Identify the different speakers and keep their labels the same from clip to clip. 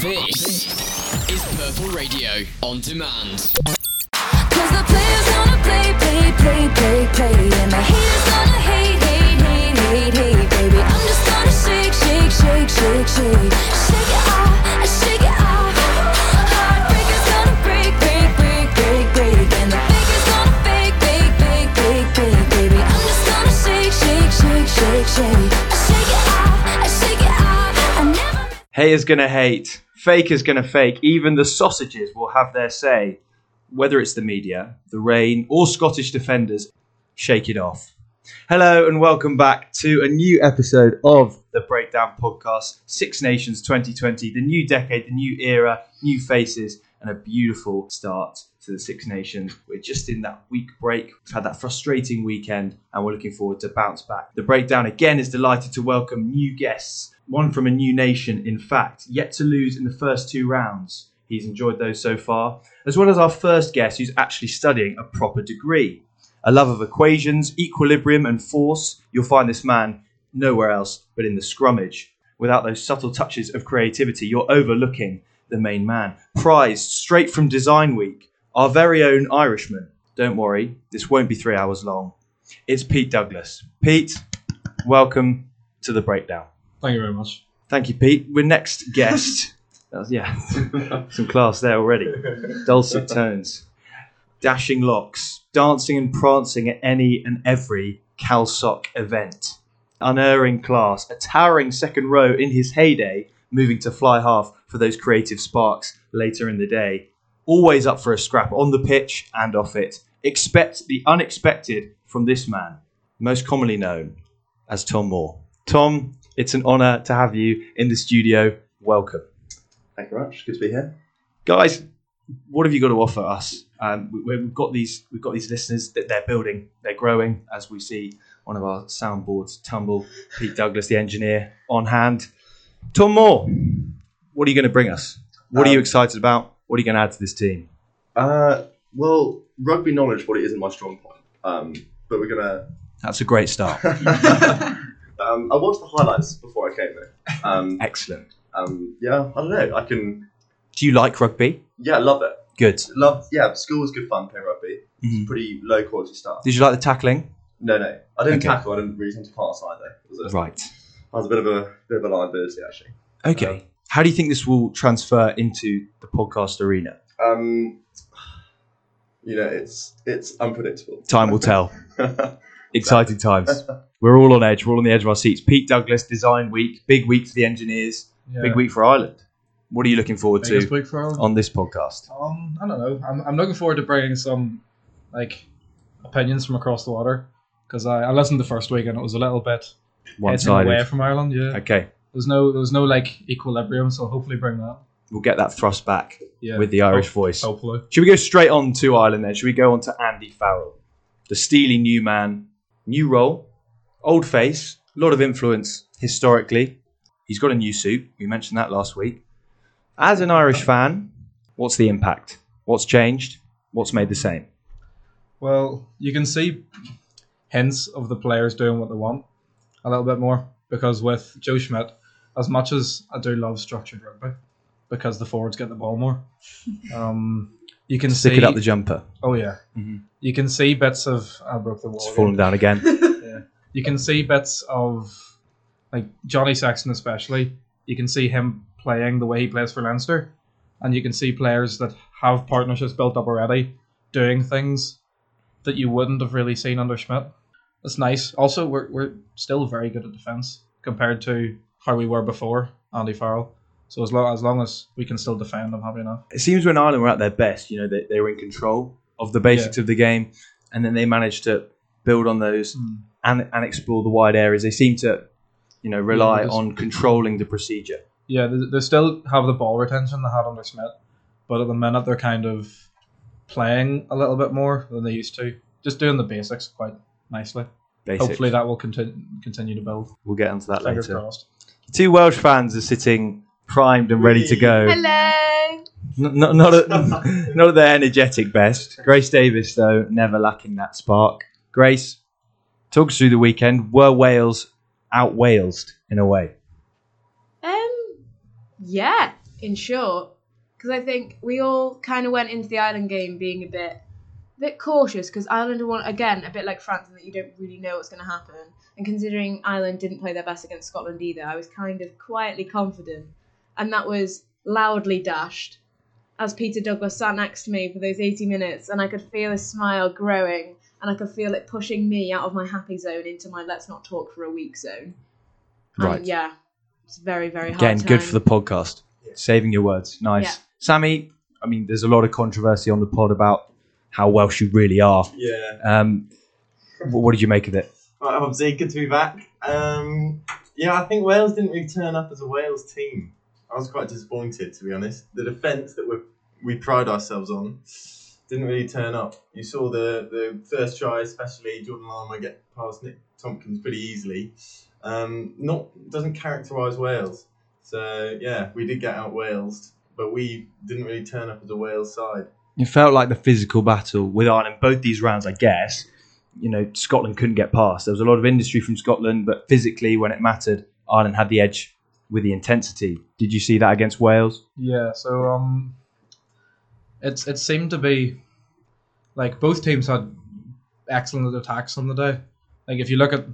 Speaker 1: This is Purple Radio on demand.
Speaker 2: Cause the players gonna play, play, play, play, play. And the haters gonna hate, hate, hate, hate, hate, baby. I'm just gonna shake, shake, shake, shake, shake. Shake it off, and shake it off. Heartbreakers gonna break, break, break, break, break. And the fakers gonna fake, fake, fake, fake, fake, baby. I'm just gonna shake, shake, shake, shake, shake. Shake it off, and shake it off. I never.
Speaker 3: Haters gonna hate, fakers gonna fake, even the sausages will have their say. Whether it's the media, the rain, or Scottish defenders, shake it off. Hello and welcome back to a new episode of the Breakdown Podcast Six Nations 2020, the new decade, the new era, new faces, and a beautiful start to the Six Nations. We're just in that week break. We've had that frustrating weekend and we're looking forward to bounce back. The Breakdown again is delighted to welcome new guests, one from a new nation, in fact, yet to lose in the first two rounds. He's enjoyed those so far, as well as our first guest who's actually studying a proper degree a love of equations, equilibrium, and force. You'll find this man nowhere else but in the scrummage. Without those subtle touches of creativity, you're overlooking the main man. Prized straight from Design Week, our very own Irishman. Don't worry, this won't be three hours long. It's Pete Douglas. Pete, welcome to the breakdown.
Speaker 4: Thank you very much.
Speaker 3: Thank you, Pete. We're next guest. That was- yeah, some class there already. Dulcet tones, dashing locks, dancing and prancing at any and every Calsoc event. Unerring class, a towering second row in his heyday, moving to fly half for those creative sparks later in the day. Always up for a scrap on the pitch and off it. Expect the unexpected from this man, most commonly known as Tom Moore. Tom, it's an honour to have you in the studio. Welcome.
Speaker 5: Thank you very much. Good to be here.
Speaker 3: Guys, what have you got to offer us? Um, we- we've got these, we've got these listeners that they're building, they're growing. As we see one of our soundboards tumble, Pete Douglas, the engineer, on hand. Tom Moore, what are you going to bring us? What are you
Speaker 5: Um,
Speaker 3: excited about? What are you going to add to this team?
Speaker 5: Uh, well, rugby knowledge probably isn't my strong point, um, but we're gonna.
Speaker 3: That's a great start.
Speaker 5: um, I watched the highlights before I came here. Um,
Speaker 3: Excellent.
Speaker 5: um, yeah, I don't know. I can.
Speaker 3: Do you like rugby?
Speaker 5: Yeah, love it.
Speaker 3: Good.
Speaker 5: Love. Yeah, school was good fun playing rugby.
Speaker 3: Mhm.
Speaker 5: Pretty low quality stuff.
Speaker 3: Did you like the tackling?
Speaker 5: No, no, I didn't
Speaker 3: Okay.
Speaker 5: tackle. I didn't really tend to pass either. It Was a,
Speaker 3: Right.
Speaker 5: I was a bit of a bit of a liability actually.
Speaker 4: Um,
Speaker 3: Okay. How do you think this will transfer into the podcast arena?
Speaker 5: Um, you know, it's it's unpredictable.
Speaker 3: Time will tell.
Speaker 5: yeah,
Speaker 3: Exciting times. We're all on edge. We're all on the edge of our seats. Pete Douglas, Design Week, big week for the engineers,
Speaker 4: Yeah.
Speaker 3: big week for Ireland. What are you looking forward
Speaker 4: Biggest
Speaker 3: to Oh.
Speaker 4: week for Ireland.
Speaker 3: on this podcast?
Speaker 4: Um, I don't know. I'm, I'm looking forward to bringing some like opinions from across the water because I, I listened the first week and it was a little bit
Speaker 3: One
Speaker 4: edging away
Speaker 3: sided.
Speaker 4: from Ireland. Yeah,
Speaker 3: Okay,
Speaker 4: there's no there was no like equilibrium, so hopefully bring that.
Speaker 3: we'll get that thrust back
Speaker 4: Yeah,
Speaker 3: with the Irish voice.
Speaker 4: Hopefully,
Speaker 3: Should we go straight on to Ireland then? Should we go on to Andy Farrell, the steely new man, new role, old face, a lot of influence historically. He's got a new suit. We mentioned that last week. As an Irish fan, what's the impact? What's changed? What's made the same?
Speaker 4: Well, you can see hints of the players doing what they want a little bit more because with Joe Schmidt, as much as I do love structured rugby, because the forwards get the ball more, um, you can
Speaker 3: Stick
Speaker 4: see
Speaker 3: it up the jumper.
Speaker 4: Oh yeah.
Speaker 3: Mhm.
Speaker 4: You can see bits of I broke the wall.
Speaker 3: It's
Speaker 4: again.
Speaker 3: fallen down again.
Speaker 4: You can see bits of like Johnny Sexton especially. You can see him playing the way he plays for Leinster, and you can see players that have partnerships built up already doing things that you wouldn't have really seen under Schmidt. That's nice. Also, we're we're still very good at defence compared to how we were before Andy Farrell. So as long as long as we can still defend, I'm happy enough.
Speaker 3: It seems when Ireland were at their best, you know, they, they were in control of the basics of the game, and then they managed to build on those
Speaker 4: Hmm.
Speaker 3: and, and explore the wide areas. They seem to, you know, rely
Speaker 4: Yeah, just-
Speaker 3: on controlling the procedure.
Speaker 4: Yeah, they, they still have the ball retention they had under Smith, but at the minute they're kind of playing a little bit more than they used to. Just doing the basics quite nicely.
Speaker 3: Basics.
Speaker 4: Hopefully that will continue continue to build.
Speaker 3: we'll get onto that
Speaker 4: Fingers
Speaker 3: later.
Speaker 4: crossed.
Speaker 3: Two Welsh fans are sitting primed and ready to go.
Speaker 6: Hello.
Speaker 3: N- not, not, at, not at their energetic best. Grace Davis, though, never lacking that spark. Grace, talk us through the weekend. Were Wales out Walesed in a way?
Speaker 6: Um, yeah, in short, because I think we all kind of went into the Ireland game being a bit, a bit cautious because Ireland are one again a bit like France in that you don't really know what's going to happen. And considering Ireland didn't play their best against Scotland either, I was kind of quietly confident, and that was loudly dashed as Peter Douglas sat next to me for those 80 minutes, and I could feel his smile growing, and I could feel it pushing me out of my happy zone into my let's not talk for a week zone. And
Speaker 3: Right.
Speaker 6: yeah, it's very very hard.
Speaker 3: Again, good
Speaker 6: time.
Speaker 3: for the podcast. Saving your words. Nice.
Speaker 6: Yeah.
Speaker 3: Sammy, I mean, there's a lot of controversy on the pod about how Welsh you really are.
Speaker 7: Yeah.
Speaker 3: Um, wh- what did you make of it?
Speaker 7: Right, obviously, good to be back. Um, yeah, I think Wales didn't really turn up as a Wales team. I was quite disappointed, to be honest. The defence that we we pride ourselves on didn't really turn up. You saw the, the first try, especially Jordan Lama get past Nick Tompkins pretty easily. Um, not doesn't characterise Wales. So yeah, we did get out Wales, but we didn't really turn up as a Wales side.
Speaker 3: It felt like the physical battle with Ireland both these rounds, I guess. You know, Scotland couldn't get past. There was a lot of industry from Scotland, but physically, when it mattered, Ireland had the edge with the intensity. Did you see that against Wales?
Speaker 4: Yeah, so um, it's it seemed to be like both teams had excellent attacks on the day. Like if you look at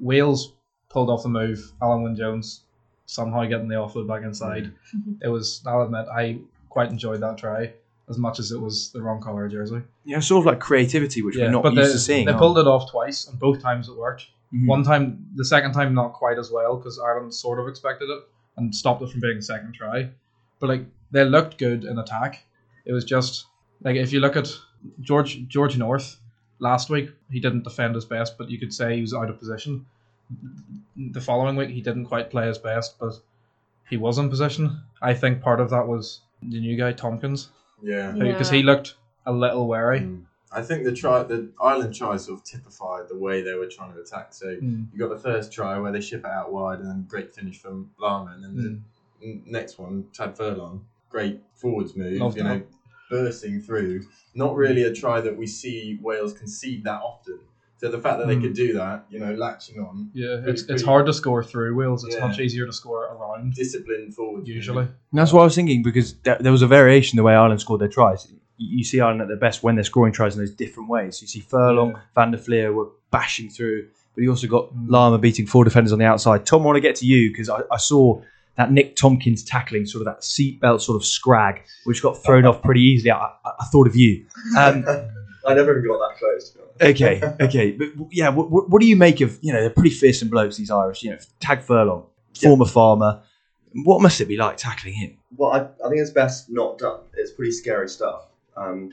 Speaker 4: Wales pulled off the move, Alan Wynne Jones somehow getting the offload back inside. It was I'll admit I quite enjoyed that try as much as it was the wrong colour jersey.
Speaker 3: Yeah, sort of like creativity, which we're not
Speaker 4: but
Speaker 3: used
Speaker 4: they,
Speaker 3: to seeing.
Speaker 4: they
Speaker 3: are we?
Speaker 4: pulled it off twice, and both times it worked.
Speaker 3: Mhm.
Speaker 4: One time, the second time, not quite as well because Ireland sort of expected it and stopped it from being a second try. But like they looked good in attack. It was just like if you look at George George North last week, he didn't defend his best, but you could say he was out of position. The following week, he didn't quite play his best, but he was in position. I think part of that was the new guy Tompkins
Speaker 7: Yeah.
Speaker 4: because
Speaker 6: Yeah.
Speaker 4: he looked a little wary.
Speaker 7: Hmm. I think the try, the Ireland try, sort of typified the way they were trying to attack. So
Speaker 4: Mm.
Speaker 7: you got the first try where they ship it out wide and then great finish from Lama, and then
Speaker 4: Hmm. Mm.
Speaker 7: the n- next one Chad Furlong, great forwards move,
Speaker 4: Loved
Speaker 7: you know,
Speaker 4: that.
Speaker 7: bursting through. Not really a try that we see Wales concede that often. So the fact that they
Speaker 4: Mm.
Speaker 7: could do that, you know, latching on,
Speaker 4: Yeah,
Speaker 7: Pretty-
Speaker 4: it's, it's
Speaker 7: pretty-
Speaker 4: hard to score through Wales. It's
Speaker 7: Yeah.
Speaker 4: much easier to score around
Speaker 7: disciplined forwards
Speaker 4: usually.
Speaker 3: And that's what I was thinking because there, there was a variation the way Ireland scored their tries. You, you see Ireland at their best when they're scoring tries in those different ways. You see Furlong, Van der Fleer were bashing through, but you also got
Speaker 4: Mm.
Speaker 3: Lama beating four defenders on the outside. Tom, I want to get to you because I, I saw that Nick Tompkins tackling, sort of that seatbelt sort of scrag, which got thrown off pretty easily. I, I, I thought of you. Um,
Speaker 5: I never even got that close. To be honest.
Speaker 3: okay, okay, but w- yeah, what, what, what do you make of you know they're pretty fearsome blokes these Irish. You know, Tag Furlong, former farmer. What must it be like tackling him?
Speaker 5: Well, I, I think it's best not done. It's pretty scary stuff. Um,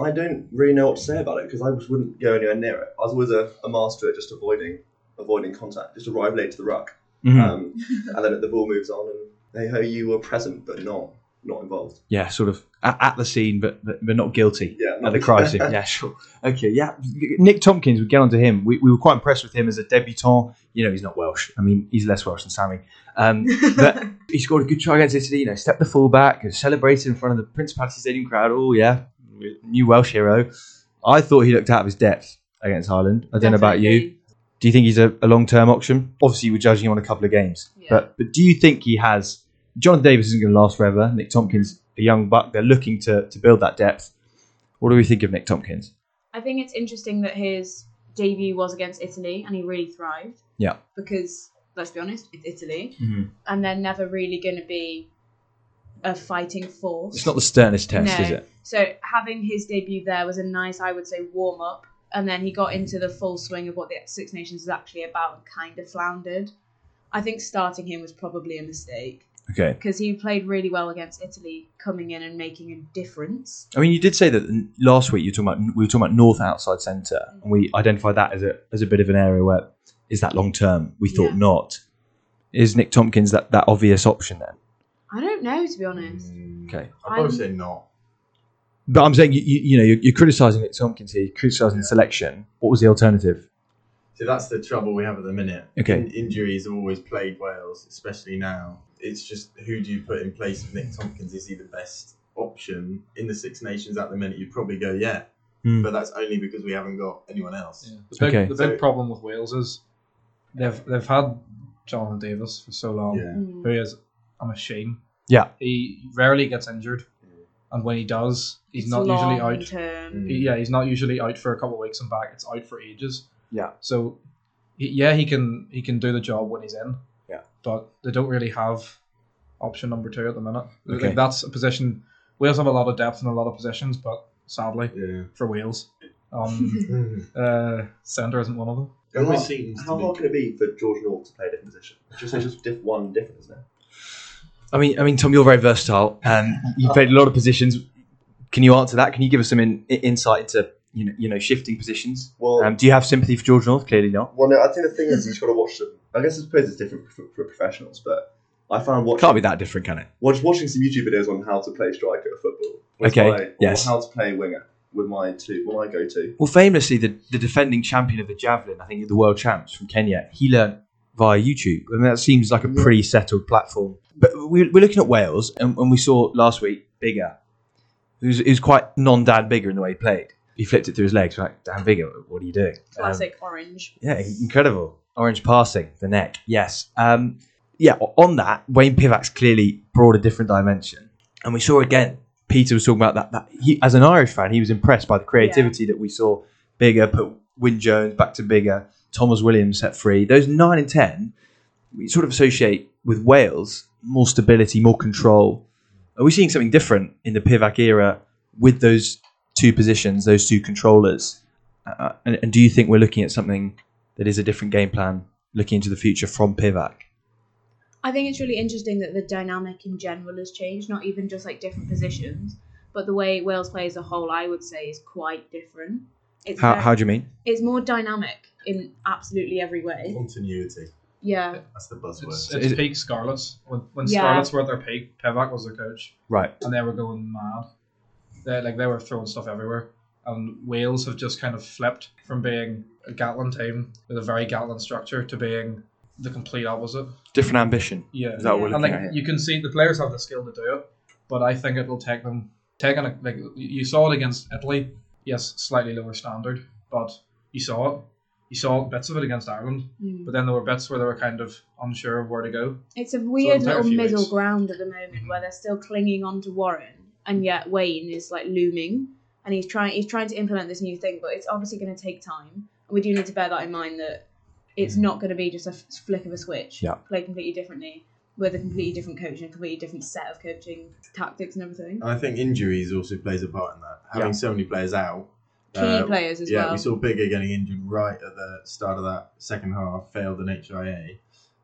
Speaker 5: I don't really know what to say about it because I just wouldn't go anywhere near it. I was always a, a master at just avoiding avoiding contact, just arrive late to the ruck,
Speaker 3: Mm-hmm. Hmm.
Speaker 5: um, and then the ball moves on, and hey ho, you were present but not not involved.
Speaker 3: yeah, sort of at, at the scene, but, but but not guilty
Speaker 5: Yeah,
Speaker 3: at the
Speaker 5: nothing-
Speaker 3: crime scene. Yeah, sure. Okay, yeah. Nick Tompkins, we get on to him. We, we were quite impressed with him as a debutant. You know, he's not Welsh. I mean, he's less Welsh than Sammy. Um, but he scored a good try against Italy. You know, stepped the full back, celebrated in front of the Principality Stadium crowd. Oh yeah, new Welsh hero. I thought he looked out of his depth against Ireland. I don't know about you. Do you think he's a, a long term option? Obviously, we're judging him on a couple of games.
Speaker 6: Yeah.
Speaker 3: But but do you think he has? Jonathan Davis isn't going to last forever. Nick Tompkins, a young buck, they're looking to, to build that depth. What do we think of Nick Tompkins?
Speaker 6: I think it's interesting that his debut was against Italy and he really thrived.
Speaker 3: Yeah.
Speaker 6: Because let's be honest, it's Italy,
Speaker 3: Mhm.
Speaker 6: and they're never really going to be a fighting force.
Speaker 3: It's not the sternest test,
Speaker 6: No.
Speaker 3: is it?
Speaker 6: So having his debut there was a nice, I would say, warm up, and then he got
Speaker 3: Mm-hmm.
Speaker 6: into the full swing of what the Six Nations is actually about and kind of floundered. I think starting him was probably a mistake
Speaker 3: Okay.
Speaker 6: because he played really well against Italy, coming in and making a difference.
Speaker 3: I mean, you did say that last week. You were talking about we were talking about north outside centre, and we identified that as a as a bit of an area where is that long term? We thought
Speaker 6: Yeah.
Speaker 3: not. Is Nick Tompkins that, that obvious option then?
Speaker 6: I don't know, to be honest.
Speaker 4: Mm.
Speaker 3: Okay.
Speaker 7: I'd probably
Speaker 6: I'm-
Speaker 7: say not.
Speaker 3: But I'm saying you you, you know you're, you're criticising Nick Tompkins here, you're criticising the selection. What was the alternative?
Speaker 7: See, that's the trouble we have at the minute.
Speaker 3: Okay.
Speaker 7: In- injuries have always plagued Wales, especially now. It's just who do you put in place of Nick Tompkins? Is he the best option in the Six Nations at the minute? You'd probably go, yeah.
Speaker 3: Hmm.
Speaker 7: But that's only because we haven't got anyone else.
Speaker 4: The big,
Speaker 3: Okay.
Speaker 4: the big problem with Wales is they've they've had Jonathan Davis for so long,
Speaker 7: Yeah.
Speaker 6: Mm.
Speaker 4: who is a machine.
Speaker 3: Yeah.
Speaker 4: He rarely gets injured, and when he does, he's
Speaker 6: It's
Speaker 4: not usually Mm.
Speaker 6: long
Speaker 4: out.
Speaker 6: Term.
Speaker 4: he- yeah, he's not usually out for a couple of weeks and back. It's out for ages.
Speaker 3: Yeah.
Speaker 4: So, he, yeah, he can he can do the job when he's in.
Speaker 3: Yeah.
Speaker 4: But they don't really have option number two at the minute.
Speaker 3: Okay.
Speaker 4: Like that's a position. Wales have a lot of depth in a lot of positions, but sadly
Speaker 7: Yeah.
Speaker 4: for Wales, um,
Speaker 7: Hmm.
Speaker 4: uh, centre isn't one of them.
Speaker 5: How
Speaker 7: It
Speaker 5: hard-
Speaker 7: always seems to
Speaker 5: How hard
Speaker 7: be.
Speaker 5: can it be for George North to play a different position? It's just, it's just diff- one different, isn't it?
Speaker 3: I mean, I mean, Tom, you're very versatile. Um, you played a lot of positions. Can you answer that? Can you give us some in, i- insight into you know, you know shifting positions?
Speaker 5: Well,
Speaker 3: Um, do you have sympathy for George North? Clearly not.
Speaker 5: well, no, I think the thing is you've got to watch them. I guess I suppose it's different for, for professionals, but I found watching
Speaker 3: Can't be that different, can it?
Speaker 5: watch, watching some YouTube videos on how to play striker at football. was
Speaker 3: Okay,
Speaker 5: my- or
Speaker 3: yes.
Speaker 5: How to play winger with my two, with my go-to.
Speaker 3: Well, famously, the, the defending champion of the javelin, I think the world champs from Kenya, he learned via YouTube, and that seems like a pretty settled platform. But we're, we're looking at Wales, and, and we saw last week Bigger, who's, who's quite non-Dan Bigger in the way he played. He flipped it through his legs, like Dan Bigger, what are you doing? Um,
Speaker 6: Classic orange.
Speaker 3: yeah, incredible. Orange passing, the neck. Yes. Um, yeah, o- on that, Wayne Pivak's clearly brought a different dimension. And we saw again, Peter was talking about that. that he, as an Irish fan, he was impressed by the creativity that we saw Bigger put Wyn Jones back to Bigger, Thomas Williams set free. Those nine and 10, we sort of associate with Wales more stability, more control. Are we seeing something different in the Pivak era with those two positions, those two controllers? Uh, and, and do you think we're looking at something that is a different game plan looking into the future from Pivac?
Speaker 6: I think it's really interesting that the dynamic in general has changed, not even just like different positions, but the way Wales play as a whole, I would say, is quite different. It's,
Speaker 3: How,
Speaker 6: very-
Speaker 3: how do you mean?
Speaker 6: it's more dynamic in absolutely every way.
Speaker 7: Continuity.
Speaker 6: Yeah.
Speaker 7: That's the buzzword.
Speaker 4: It's,
Speaker 3: Is
Speaker 4: it's
Speaker 3: it-
Speaker 4: peak Scarlets. When, when
Speaker 6: Yeah.
Speaker 4: Scarlets were at their peak, Pivac was their coach.
Speaker 3: Right.
Speaker 4: and they were going mad. They like they were throwing stuff everywhere. And Wales have just kind of flipped from being a Gatlin team with a very Gatlin structure to being the complete opposite.
Speaker 3: Different ambition.
Speaker 4: Yeah,
Speaker 3: Is that what we're
Speaker 4: and
Speaker 3: looking at
Speaker 4: like
Speaker 3: here?
Speaker 4: you can see the players have the skill to do it, but I think it will take them taking a, like you saw it against Italy. Yes, slightly lower standard, but you saw it. You saw bits of it against Ireland,
Speaker 6: Mm.
Speaker 4: but then there were bits where they were kind of unsure of where to go.
Speaker 6: It's a weird
Speaker 4: it'll take a
Speaker 6: little
Speaker 4: few
Speaker 6: middle
Speaker 4: weeks.
Speaker 6: ground at the moment
Speaker 4: Mhm.
Speaker 6: where they're still clinging on to Warren, and yet Wayne is like looming, and he's trying he's trying to implement this new thing, but it's obviously going to take time, and we do need to bear that in mind that it's not going to be just a f- flick of a switch,
Speaker 3: Yeah.
Speaker 6: play completely differently with a completely different coach and a completely different set of coaching tactics and everything.
Speaker 7: And I think injuries also plays a part in that. Having
Speaker 3: Yeah.
Speaker 7: so many players out.
Speaker 6: Key
Speaker 7: uh,
Speaker 6: players as
Speaker 7: yeah,
Speaker 6: well.
Speaker 7: we saw Bigger getting injured right at the start of that second half, failed an HIA,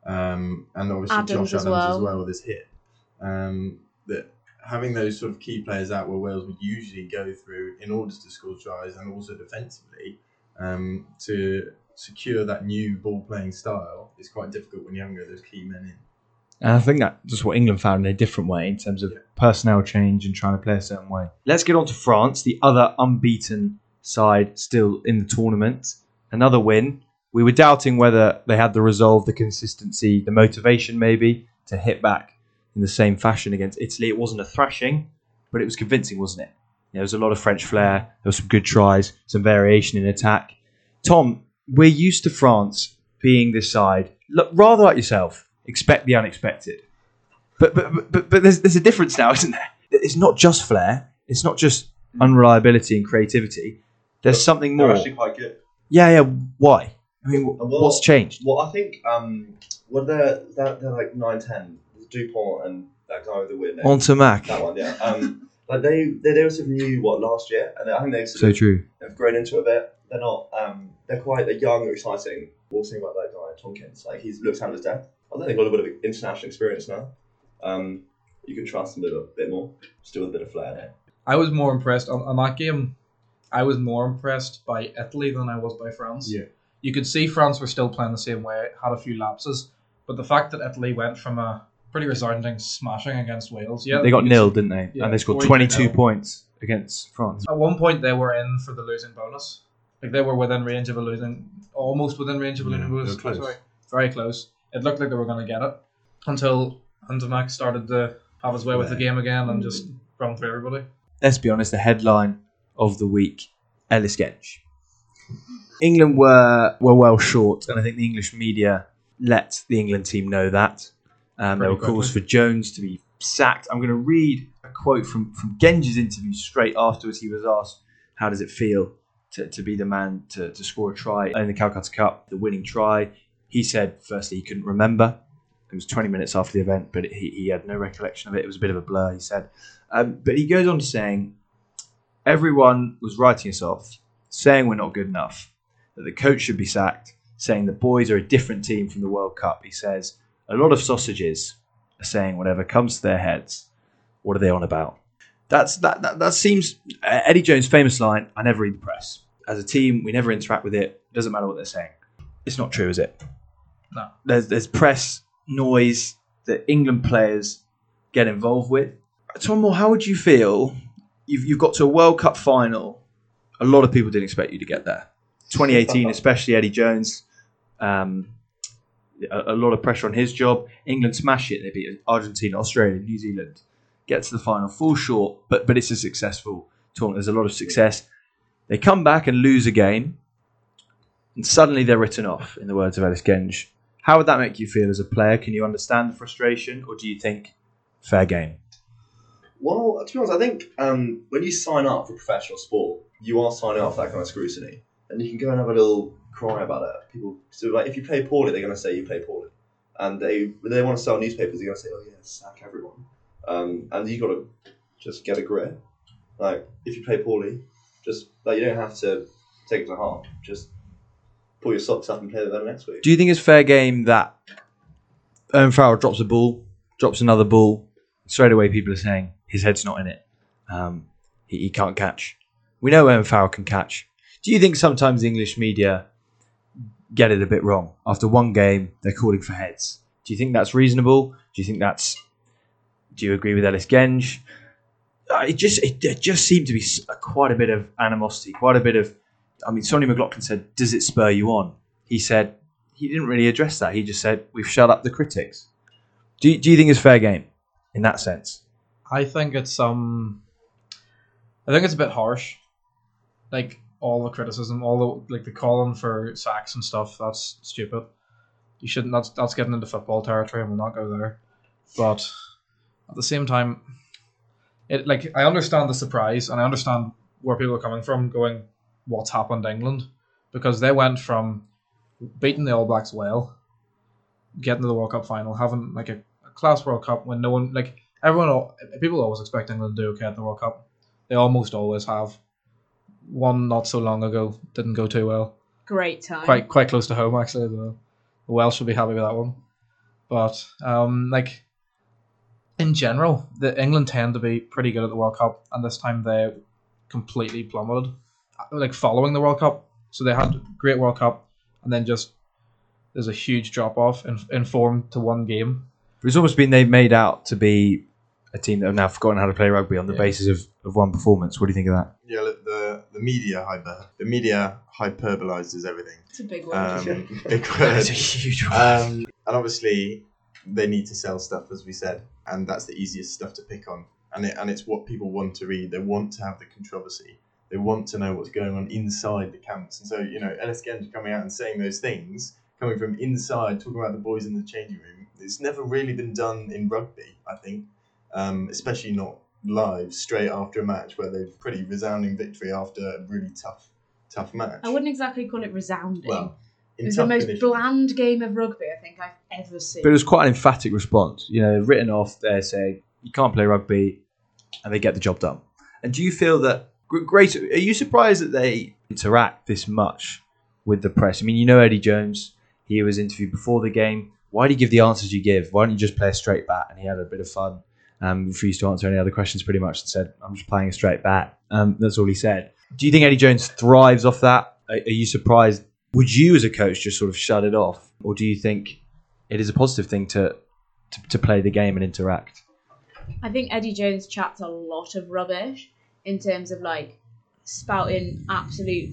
Speaker 7: um, and obviously
Speaker 6: Adams
Speaker 7: Josh
Speaker 6: as
Speaker 7: Adams
Speaker 6: well.
Speaker 7: as well with his hip. Um, that having those sort of key players out where Wales would usually go through in order to score tries and also defensively um, to secure that new ball playing style is quite difficult when you haven't got those key men in.
Speaker 3: And I think that's what England found in a different way in terms of personnel change and trying to play a certain way. Let's get on to France, the other unbeaten side still in the tournament. Another win. We were doubting whether they had the resolve, the consistency, the motivation maybe to hit back in the same fashion against Italy. It wasn't a thrashing, but it was convincing, wasn't it? There was a lot of French flair. There were some good tries, some variation in attack. Tom, we're used to France being this side, look, rather like yourself, expect the unexpected. But but but- but, but there's, there's a difference now, isn't there? It's not just flair. It's not just unreliability and creativity. There's something
Speaker 5: They're
Speaker 3: more.
Speaker 5: actually quite good.
Speaker 3: Yeah, yeah. Why? I mean, wh-
Speaker 5: Well-
Speaker 3: what's changed?
Speaker 5: Well, I think um, what they're, they're they're like nine ten Dupont and that guy with the weird name.
Speaker 3: On to Mac.
Speaker 5: that one, yeah. Um, like they they they sort of knew what last year, and I think they've
Speaker 3: So
Speaker 5: sort
Speaker 3: true.
Speaker 5: of have grown into it a bit. They're not um, they're quite they're young and exciting. We'll see about that guy Tompkins. Like he's looks out of his depth. I think they've got a bit of international experience now. Um, you can trust them a little bit more, still with a bit of flair. There.
Speaker 4: I was more impressed on, on that game. I was more impressed by Italy than I was by France.
Speaker 7: Yeah.
Speaker 4: You could see France were still playing the same way, had a few lapses, but the fact that Italy went from a pretty resounding smashing against Wales, yeah,
Speaker 3: they got
Speaker 4: you could
Speaker 3: nil, didn't they?
Speaker 4: Yeah,
Speaker 3: and they scored
Speaker 4: 42
Speaker 3: 22
Speaker 4: nil.
Speaker 3: points against France.
Speaker 4: see- At one point, they were in for the losing bonus. Like they were within range of a losing, almost within range of a
Speaker 7: Yeah,
Speaker 4: losing
Speaker 7: they were
Speaker 4: bonus.
Speaker 7: close.
Speaker 4: Sorry, very close. It looked like they were going to get it until Huntermack started to have his way with the game again and just run through everybody.
Speaker 3: let's be honest, the headline of the week, Ellis Gench. England were were well short, and I think the English media let the England team know that. Um, there
Speaker 4: Pretty
Speaker 3: were calls for
Speaker 4: quickly.
Speaker 3: Jones to be sacked. I'm going to read a quote from, from Genji's interview straight afterwards. He was asked, How does it feel to, to be the man to, to score a try in the Calcutta Cup, the winning try? He said, firstly, he couldn't remember. It was 20 minutes after the event, but he, he had no recollection of it. It was a bit of a blur, he said. Um, but he goes on to saying, Everyone was writing us off, saying we're not good enough, that the coach should be sacked, saying the boys are a different team from the World Cup. He says, A lot of sausages are saying whatever comes to their heads. What are they on about? That's that, that, that seems uh, Eddie Jones' famous line I never read the press. As a team, we never interact with it. It doesn't matter what they're saying. It's not true, is it?
Speaker 4: No.
Speaker 3: There's, there's press noise that England players get involved with. Tom Moore, how would you feel? You've, you've got to a World Cup final. A lot of people didn't expect you to get there. 2018, especially Eddie Jones, um, a, a lot of pressure on his job. England smash it. They beat Argentina, Australia, New Zealand. Get to the final, fall short, but but it's a successful tournament. There's a lot of success. They come back and lose a game, and suddenly they're written off. In the words of Ellis Genge, how would that make you feel as a player? Can you understand the frustration, or do you think fair game?
Speaker 5: Well, to be honest, I think um, when you sign up for professional sport, you are signing up for that kind of scrutiny, and you can go and have a little cry about it. People, so like if you play poorly, they're going to say you play poorly, and they when they want to sell newspapers, they're going to say, oh yeah, sack everyone, um, and you got to just get a grip. Like if you play poorly, just like you don't have to take it to heart. Just pull your socks up and play better next week.
Speaker 3: Do you think it's fair game that Owen Farrell drops a ball, drops another ball, straight away people are saying his head's not in it. Um, he, he can't catch. We know Owen Farrell can catch. Do you think sometimes the English media get it a bit wrong? After one game, they're calling for heads. Do you think that's reasonable? Do you think that's? Do you agree with Ellis Genge? Uh, it just it, there just seemed to be s- quite a bit of animosity, quite a bit of. I mean, Sonny McLaughlin said, "Does it spur you on?" He said he didn't really address that. He just said, "We've shut up the critics." Do you, do you think it's fair game in that sense?
Speaker 4: I think it's um, I think it's a bit harsh. Like all the criticism, all the like the calling for sacks and stuff. That's stupid. You shouldn't. That's that's getting into football territory, and we'll not go there. But at the same time, it like I understand the surprise, and I understand where people are coming from, going, "What's happened, to England?" Because they went from beating the All Blacks well, getting to the World Cup final, having like a, a class World Cup when no one like everyone al- people always expect England to do okay at the World Cup. They almost always have. One not so long ago didn't go too well.
Speaker 6: Great time.
Speaker 4: Quite quite close to home actually. The, the Welsh will be happy with that one. But um, like in general, the England tend to be pretty good at the World Cup, and this time they completely plummeted. uh, Like following the World Cup, so they had great World Cup, and then just there's a huge drop off in, in form to one game.
Speaker 3: It's almost been they've made out to be a team that have now forgotten how to play rugby on the
Speaker 4: Yeah.
Speaker 3: basis of, of one performance. What do you think of that?
Speaker 7: Yeah, look, the the media hyper the media hyperbolizes everything.
Speaker 6: It's a big one.
Speaker 7: Um, big word.
Speaker 3: That's a huge one.
Speaker 7: Um, and obviously, they need to sell stuff, as we said, and that's the easiest stuff to pick on. And it, and it's what people want to read. They want to have the controversy. They want to know what's going on inside the camps. And so, you know, Ellis Genge coming out and saying those things, coming from inside, talking about the boys in the changing room, it's never really been done in rugby, I think, um, especially not live straight after a match where they've pretty resounding victory after a really tough, tough match.
Speaker 6: I wouldn't exactly call it resounding.
Speaker 7: Well, in
Speaker 6: it was the
Speaker 7: tough
Speaker 6: most
Speaker 7: conditions.
Speaker 6: bland game of rugby I think I've ever seen.
Speaker 3: But it was quite an emphatic response. You know, written off, they're saying, you can't play rugby, and they get the job done. And do you feel that, gr- great, are you surprised that they interact this much with the press? I mean, you know Eddie Jones, he was interviewed before the game. Why do you give the answers you give? Why don't you just play a straight bat? And he had a bit of fun, um, refused to answer any other questions pretty much, and said, I'm just playing a straight bat. Um, that's all he said. Do you think Eddie Jones thrives off that? Are, are you surprised? Would you, as a coach, just sort of shut it off? Or do you think it is a positive thing to, to to play the game and interact.
Speaker 6: I think Eddie Jones chats a lot of rubbish in terms of like spouting absolute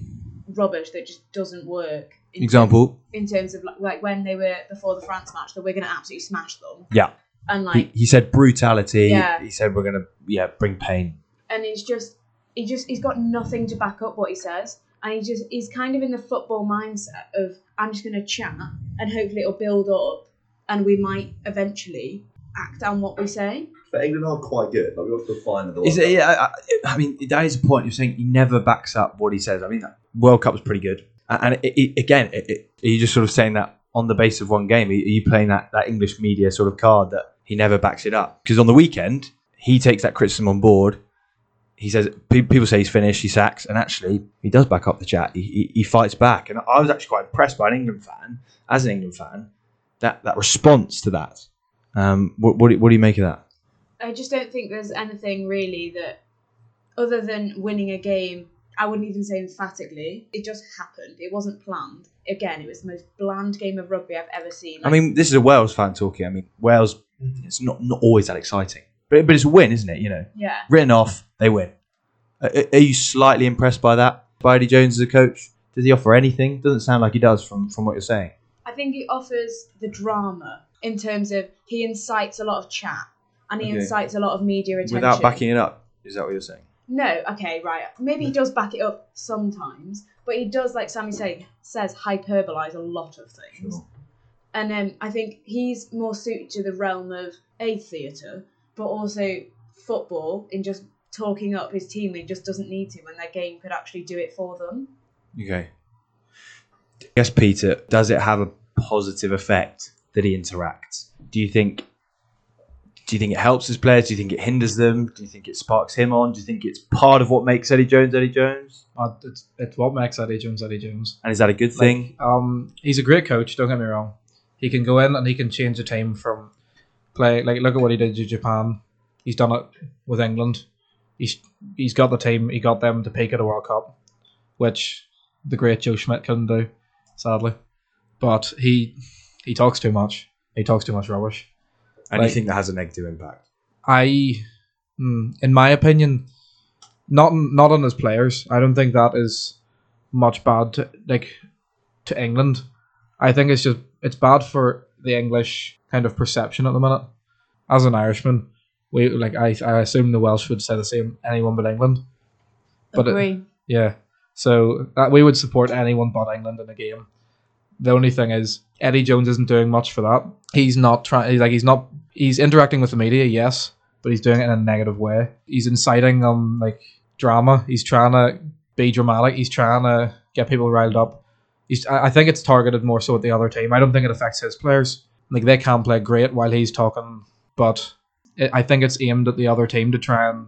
Speaker 6: rubbish that just doesn't work. In
Speaker 3: Example,
Speaker 6: in terms of like, like when they were before the France match that we're gonna absolutely smash them.
Speaker 3: Yeah.
Speaker 6: And like
Speaker 3: he, he said brutality.
Speaker 6: Yeah.
Speaker 3: He said we're gonna yeah bring pain.
Speaker 6: and he's just he just he's got nothing to back up what he says and he just he's kind of in the football mindset of i'm just going to chat and hopefully it'll build up and we might eventually act on what we say.
Speaker 5: But England are quite good. Like, we got to the final. of the
Speaker 3: Is
Speaker 5: World
Speaker 3: it, yeah, I, I- I mean, that is the point. You're saying he never backs up what he says. I mean, World Cup was pretty good. A- And it, it, again, it, it, are you just sort of saying that on the basis of one game? Are you playing that, that English media sort of card that he never backs it up? Because on the weekend, he takes that criticism on board. He says, pe- people say he's finished, he sacks, and actually, he does back up the chat. He, he, he fights back. And I was actually quite impressed by an England fan, as an England fan, that, that response to that. Um, what, what, do you- what do you make of that?
Speaker 6: I just don't think there's anything really that, other than winning a game, I wouldn't even say emphatically. It just happened. It wasn't planned. Again, it was the most bland game of rugby I've ever seen.
Speaker 3: I mean, this is a Wales fan talking. I mean, Wales, it's not, not always that exciting, but, but it's a win, isn't it? You know,
Speaker 6: yeah.
Speaker 3: written off, they win. Are, are you slightly impressed by that? By Eddie Jones as a coach, does he offer anything? Doesn't sound like he does from, from what you're saying.
Speaker 6: I think it offers the drama in terms of he incites a lot of chat and he
Speaker 3: Okay.
Speaker 6: incites a lot of media attention.
Speaker 3: Without backing it up, is that what you're saying?
Speaker 6: No, okay, right. Maybe he does back it up sometimes, but he does, like Sammy say, says, hyperbolize a lot of things. And um, I think he's more suited to the realm of a theatre, but also football in just talking up his team when he just doesn't need to when their game could actually do it for them.
Speaker 3: Okay. Yes, Peter, does it have a positive effect that he interacts? Do you think do you think it helps his players? Do you think it hinders them? Do you think it sparks him on? Do you think it's part of what makes Eddie Jones Eddie Jones?
Speaker 4: Uh, it's, it's what makes Eddie Jones Eddie Jones.
Speaker 3: And is that a good thing?
Speaker 4: Um, he's a great coach. Don't get me wrong. He can go in and he can change a team from play. Like look at what he did to Japan. He's done it with England. He's he's got the team. He got them to peak at a World Cup, which the great Joe Schmidt couldn't do, sadly. But he he talks too much. He talks too much rubbish.
Speaker 3: and
Speaker 4: like-
Speaker 3: you think that has a negative impact?
Speaker 4: I, hmm, in my opinion, not not on his players. I don't think that is much bad to like to England. I think it's just it's bad for the English kind of perception at the minute. As an Irishman, we like I I assume the Welsh would say the same. Anyone but England. But it-
Speaker 6: Agree.
Speaker 4: Yeah. So that we would support anyone but England in a game. The only thing is Eddie Jones isn't doing much for that. He's not trying. Like he's not. He's interacting with the media, yes, but he's doing it in a negative way. He's inciting um like drama. He's trying to be dramatic. He's trying to get people riled up. He's, I I think it's targeted more so at the other team. I don't think it affects his players. Like they can play great while he's talking, but it, I think it's aimed at the other team to try and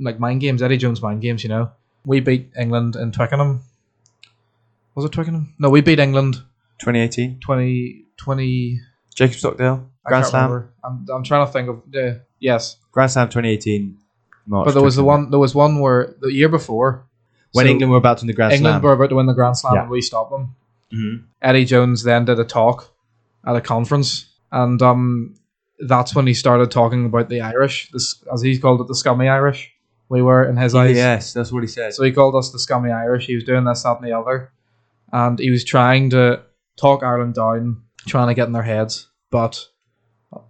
Speaker 4: like mind games. Eddie Jones mind games, you know we beat England in Twickenham. Was it Twickenham? No, we beat England
Speaker 3: 2018?
Speaker 4: 20, 20
Speaker 3: Jacob Stockdale?
Speaker 4: I
Speaker 3: Grand
Speaker 4: can't
Speaker 3: Slam?
Speaker 4: remember. I'm, I'm trying to think of the yes,
Speaker 3: Grand Slam 2018. March
Speaker 4: but there was the
Speaker 3: 2018.
Speaker 4: one there was one where the year before
Speaker 3: when
Speaker 4: so
Speaker 3: England were about to win the Grand
Speaker 4: England
Speaker 3: Slam.
Speaker 4: were about to win the Grand Slam
Speaker 3: Yeah.
Speaker 4: and we stopped them.
Speaker 3: Mhm.
Speaker 4: Eddie Jones then did a talk at a conference, and um, that's when he started talking about the Irish, this as he called it, the scummy Irish. We were in his eyes.
Speaker 3: Yes, that's what he said.
Speaker 4: So he called us the scummy Irish. He was doing this, that, and the other. And he was trying to talk Ireland down, trying to get in their heads. But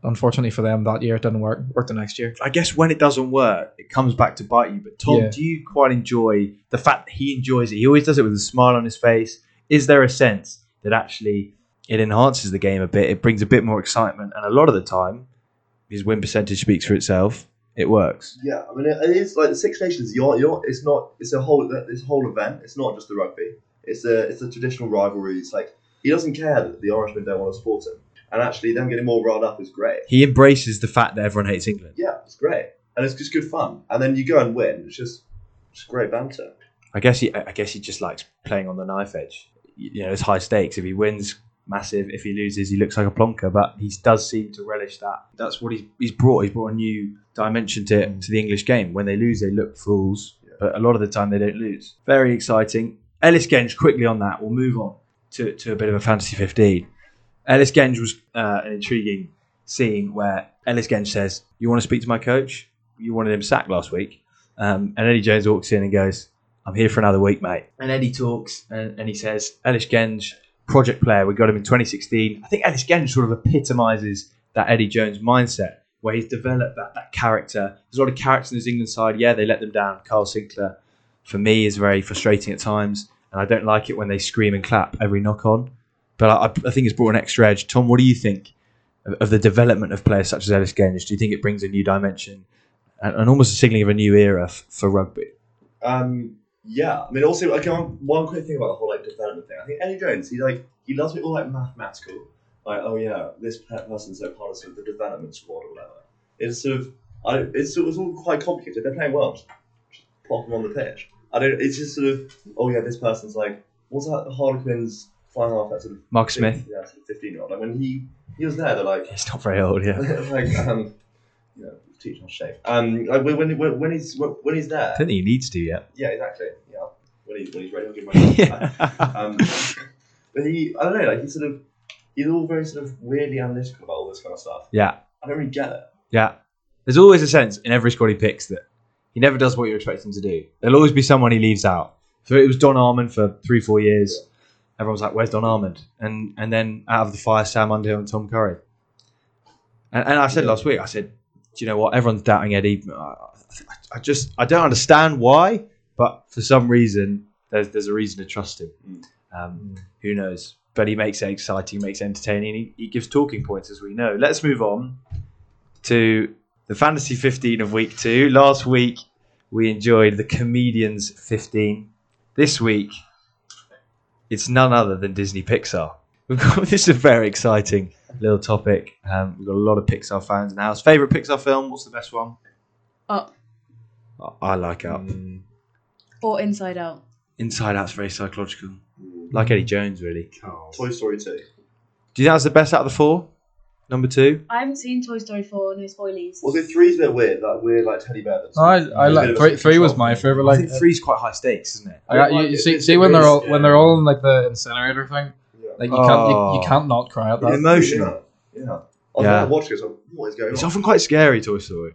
Speaker 4: unfortunately for them, that year it didn't work. Worked the next year.
Speaker 3: I guess when it doesn't work, it comes back to bite you. But Tom,
Speaker 4: Yeah.
Speaker 3: do you quite enjoy the fact that he enjoys it? He always does it with a smile on his face. Is there a sense that actually it enhances the game a bit? It brings a bit more excitement, and a lot of the time, his win percentage speaks for itself. It works.
Speaker 5: Yeah, I mean, it is like the Six Nations. You're, you're, it's not. It's a whole. This whole event. It's not just the rugby. It's a. It's a traditional rivalry. It's like he doesn't care that the Irishmen don't want to support him, and actually them getting more riled up is great.
Speaker 3: He embraces the fact that everyone hates England.
Speaker 5: Yeah, it's great, and it's just good fun. And then you go and win. It's just, it's great banter.
Speaker 3: I guess he, I guess he just likes playing on the knife edge. You know, it's high stakes. If he wins, massive. If he loses, he looks like a plonker. But he does seem to relish that. That's what he's he's brought. He's brought a new dimension to to the English game. When they lose, they look fools. But a lot of the time, they don't lose. Very exciting. Ellis Genge, quickly on that. We'll move on to to a bit of a fantasy fifteen. Ellis Genge was uh, an intriguing scene where Ellis Genge says, "You want to speak to my coach? You wanted him sacked last week." Um, and Eddie Jones walks in and goes, I'm here for another week, mate. And Eddie talks and, and he says, Ellis Genge, project player. We got him in 2016. I think Ellis Genge sort of epitomizes that Eddie Jones mindset where he's developed that, that character. There's a lot of characters in his England side. Yeah, they let them down. Carl Sinclair, for me, is very frustrating at times. And I don't like it when they scream and clap every knock on. But I, I think it's brought an extra edge. Tom, what do you think of, of the development of players such as Ellis Genge? Do you think it brings a new dimension and, and almost a signalling of a new era f- for rugby?
Speaker 5: Um, yeah, I mean, also, okay, one, one quick thing about the whole like development thing. I think Eddie Jones, he like he loves it all like mathematical, like oh yeah, this pe- person's so part of sort of the development squad or whatever. It's sort of, I it's sort of all quite complicated. They're playing well, just pop them on the pitch. I don't. It's just sort of oh yeah, this person's like what's that Harlequin's flying half that sort of
Speaker 3: Mark Smith.
Speaker 5: Yeah, sort of fifteen year old. Like when he he was there, they're like
Speaker 3: It's not very old, yeah.
Speaker 5: like um, you know, teach on shape. Um, like when when when- when he's when he's there.
Speaker 3: I don't think he needs to yet.
Speaker 5: Yeah, exactly. Yeah, when he's when he's ready, I'll give him my um, But he, I don't know, like he's sort of, he's all very sort of weirdly analytical about all this kind of stuff.
Speaker 3: Yeah,
Speaker 5: I don't really get it.
Speaker 3: yeah. There's always a sense in every squad he picks that he never does what you expect him to do. There'll always be someone he leaves out. So it was Don Armand for three, four years. Everyone's like, "Where's Don Armand?" And and then out of the fire, Sam Underhill and Tom Curry. And, and I said last week, I said, "Do you know what? Everyone's doubting Eddie. I, I- I just I don't understand why, but for some reason, there's there's a reason to trust him.
Speaker 5: Mm.
Speaker 3: Um, who knows? But he makes it exciting, he makes it entertaining. He, he gives talking points, as we know. Let's move on to the fantasy 15 of week two. Last week, we enjoyed the comedians 15. This week, it's none other than Disney Pixar. We've got this is a very exciting little topic. Um, we've got a lot of Pixar fans in the house. Favorite Pixar film? What's the best one? I-
Speaker 6: Up
Speaker 3: I like Up.
Speaker 7: Mm,
Speaker 6: or Inside Out.
Speaker 3: Inside Out's very psychological. Like Eddie Jones, really.
Speaker 7: Carl.
Speaker 5: Toy Story Two.
Speaker 3: Do you think that's the best out of the four? Number two?
Speaker 6: I haven't seen Toy Story 4, no spoilies.
Speaker 5: Also, three's a bit weird, that weird like teddy bear. That's
Speaker 4: I, I like three, three was my favorite. Like,
Speaker 3: I think three's quite high stakes, isn't it?
Speaker 4: I, you, you see, see when they're all when they're
Speaker 3: uh,
Speaker 4: all in like the incinerator thing. Like you can't you,
Speaker 3: Oh.
Speaker 4: you can't not cry at that.
Speaker 3: Emotional.
Speaker 5: Yeah. yeah. I was
Speaker 3: Yeah.
Speaker 5: like watching it. So what is going
Speaker 3: It's
Speaker 5: on?
Speaker 3: often quite scary, Toy Story.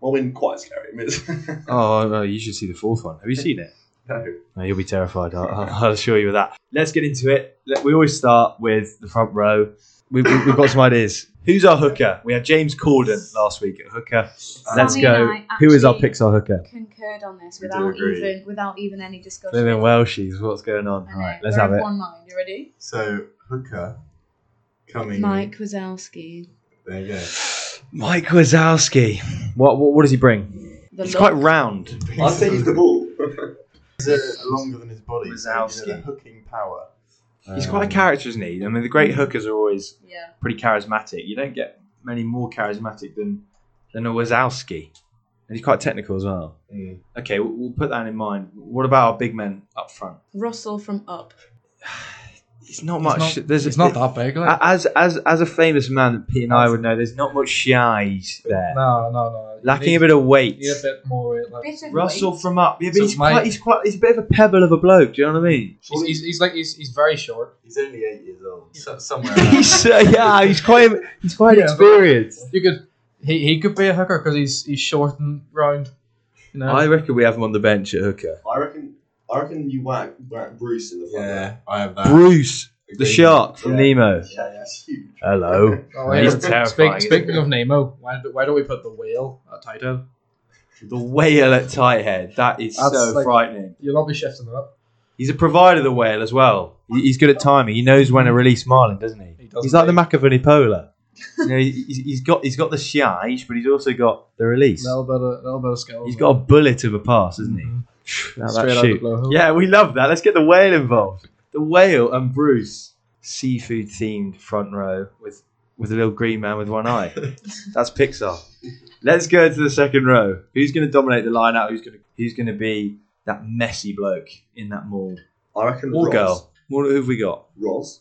Speaker 5: Well, I mean, quite scary. I mean, it's-
Speaker 3: Oh, no, you should see the fourth one. Have you seen it?
Speaker 5: no.
Speaker 3: No, you'll be terrified. I'll, I'll- I'll assure you of that. Let's get into it. Let- We always start with the front row. We, we, we've got some ideas. Who's our hooker? We had James Corden last week at hooker. Let's
Speaker 6: Sammy
Speaker 3: go.
Speaker 6: and I
Speaker 3: Who is our
Speaker 6: actually
Speaker 3: Pixar hooker?
Speaker 6: Concurred on this
Speaker 7: We do
Speaker 6: without
Speaker 7: agree.
Speaker 6: even without even any discussion.
Speaker 3: Flipping Welshies. What's going on?
Speaker 6: I
Speaker 3: All
Speaker 6: know,
Speaker 3: right, let's
Speaker 6: we're
Speaker 3: have
Speaker 6: of
Speaker 3: it.
Speaker 6: One mind. You ready?
Speaker 7: So hooker coming.
Speaker 6: Mike Wazowski.
Speaker 7: There you go.
Speaker 3: Mike Wazowski. What, what, what does he bring?
Speaker 6: The
Speaker 3: He's
Speaker 6: look.
Speaker 3: quite round.
Speaker 5: I'd say he's the ball.
Speaker 7: He's, uh, longer than his body. So, you know,
Speaker 3: Wazowski.
Speaker 7: the hooking power. Um,
Speaker 3: He's quite a character, isn't he? I mean, the great hookers are always
Speaker 6: Yeah.
Speaker 3: pretty charismatic. You don't get many more charismatic than than a Wazowski, and he's quite technical as well.
Speaker 7: Mm.
Speaker 3: Okay, we'll, we'll put that in mind. What about our big men up front?
Speaker 6: Russell from Up.
Speaker 3: It's not
Speaker 4: It's
Speaker 3: much.
Speaker 4: not-
Speaker 3: there's
Speaker 4: It's not that big. Like.
Speaker 3: A- As as as a famous man that Pete and I would know, there's not much shite there.
Speaker 4: No, no, no. You
Speaker 3: Lacking
Speaker 4: need-
Speaker 3: a bit of weight.
Speaker 4: you Need a bit more. uh, Like,
Speaker 6: Bit of
Speaker 3: Russell
Speaker 6: weight.
Speaker 3: from up. Yeah, but
Speaker 4: So
Speaker 3: he's,
Speaker 4: my-
Speaker 3: quite, he's quite he's a bit of a pebble of a bloke. Do you know what I mean?
Speaker 4: he's, he's, he's like he's, he's very short.
Speaker 7: He's only eight years old. So, somewhere.
Speaker 3: he's uh, yeah, he's quite he's quite
Speaker 4: Yeah, but-
Speaker 3: experienced.
Speaker 4: You could he, he could be a hooker because he's he's short and round. You know.
Speaker 3: I reckon we have him on the bench at hooker.
Speaker 5: I reckon. I reckon you whack, whack Bruce in the front.
Speaker 7: yeah, I have that.
Speaker 3: Bruce, the
Speaker 7: Agreed.
Speaker 3: shark from
Speaker 5: Yeah.
Speaker 3: Nemo.
Speaker 5: row. Yeah, he's huge.
Speaker 3: Hello.
Speaker 4: Oh, yeah.
Speaker 3: He's
Speaker 4: Speak-
Speaker 3: terrifying, isn't
Speaker 4: speaking
Speaker 3: he?
Speaker 4: of Nemo, why, do- why don't we put the whale at tight end?
Speaker 3: The whale at Tighthead. That is
Speaker 4: That's
Speaker 3: so
Speaker 4: like-
Speaker 3: frightening.
Speaker 4: You'll not be shifting it up.
Speaker 3: He's a provider, the whale, as well. He- He's good at timing. He knows when to release marlin, doesn't he?
Speaker 4: He does
Speaker 3: he's like the McAvaney Polar. you know, he's, he's got he's got the shiage, but he's also got the
Speaker 4: A
Speaker 3: release.
Speaker 4: little bit of, little bit of skill.
Speaker 3: He's got a bullet of a pass, isn't he?
Speaker 4: Mhm.
Speaker 3: Now that
Speaker 4: Straight out
Speaker 3: shoot.
Speaker 4: the blowhole.
Speaker 3: Yeah, we love that. Let's get the whale involved. The whale and Bruce, seafood themed front row with with a little green man with one eye. That's Pixar. Let's go to the second row. Who's going to dominate the lineup? Who's going to who's going to be that messy bloke in that mall
Speaker 5: I reckon.
Speaker 3: or
Speaker 5: Roz.
Speaker 3: girl? What who have we got?
Speaker 5: Roz.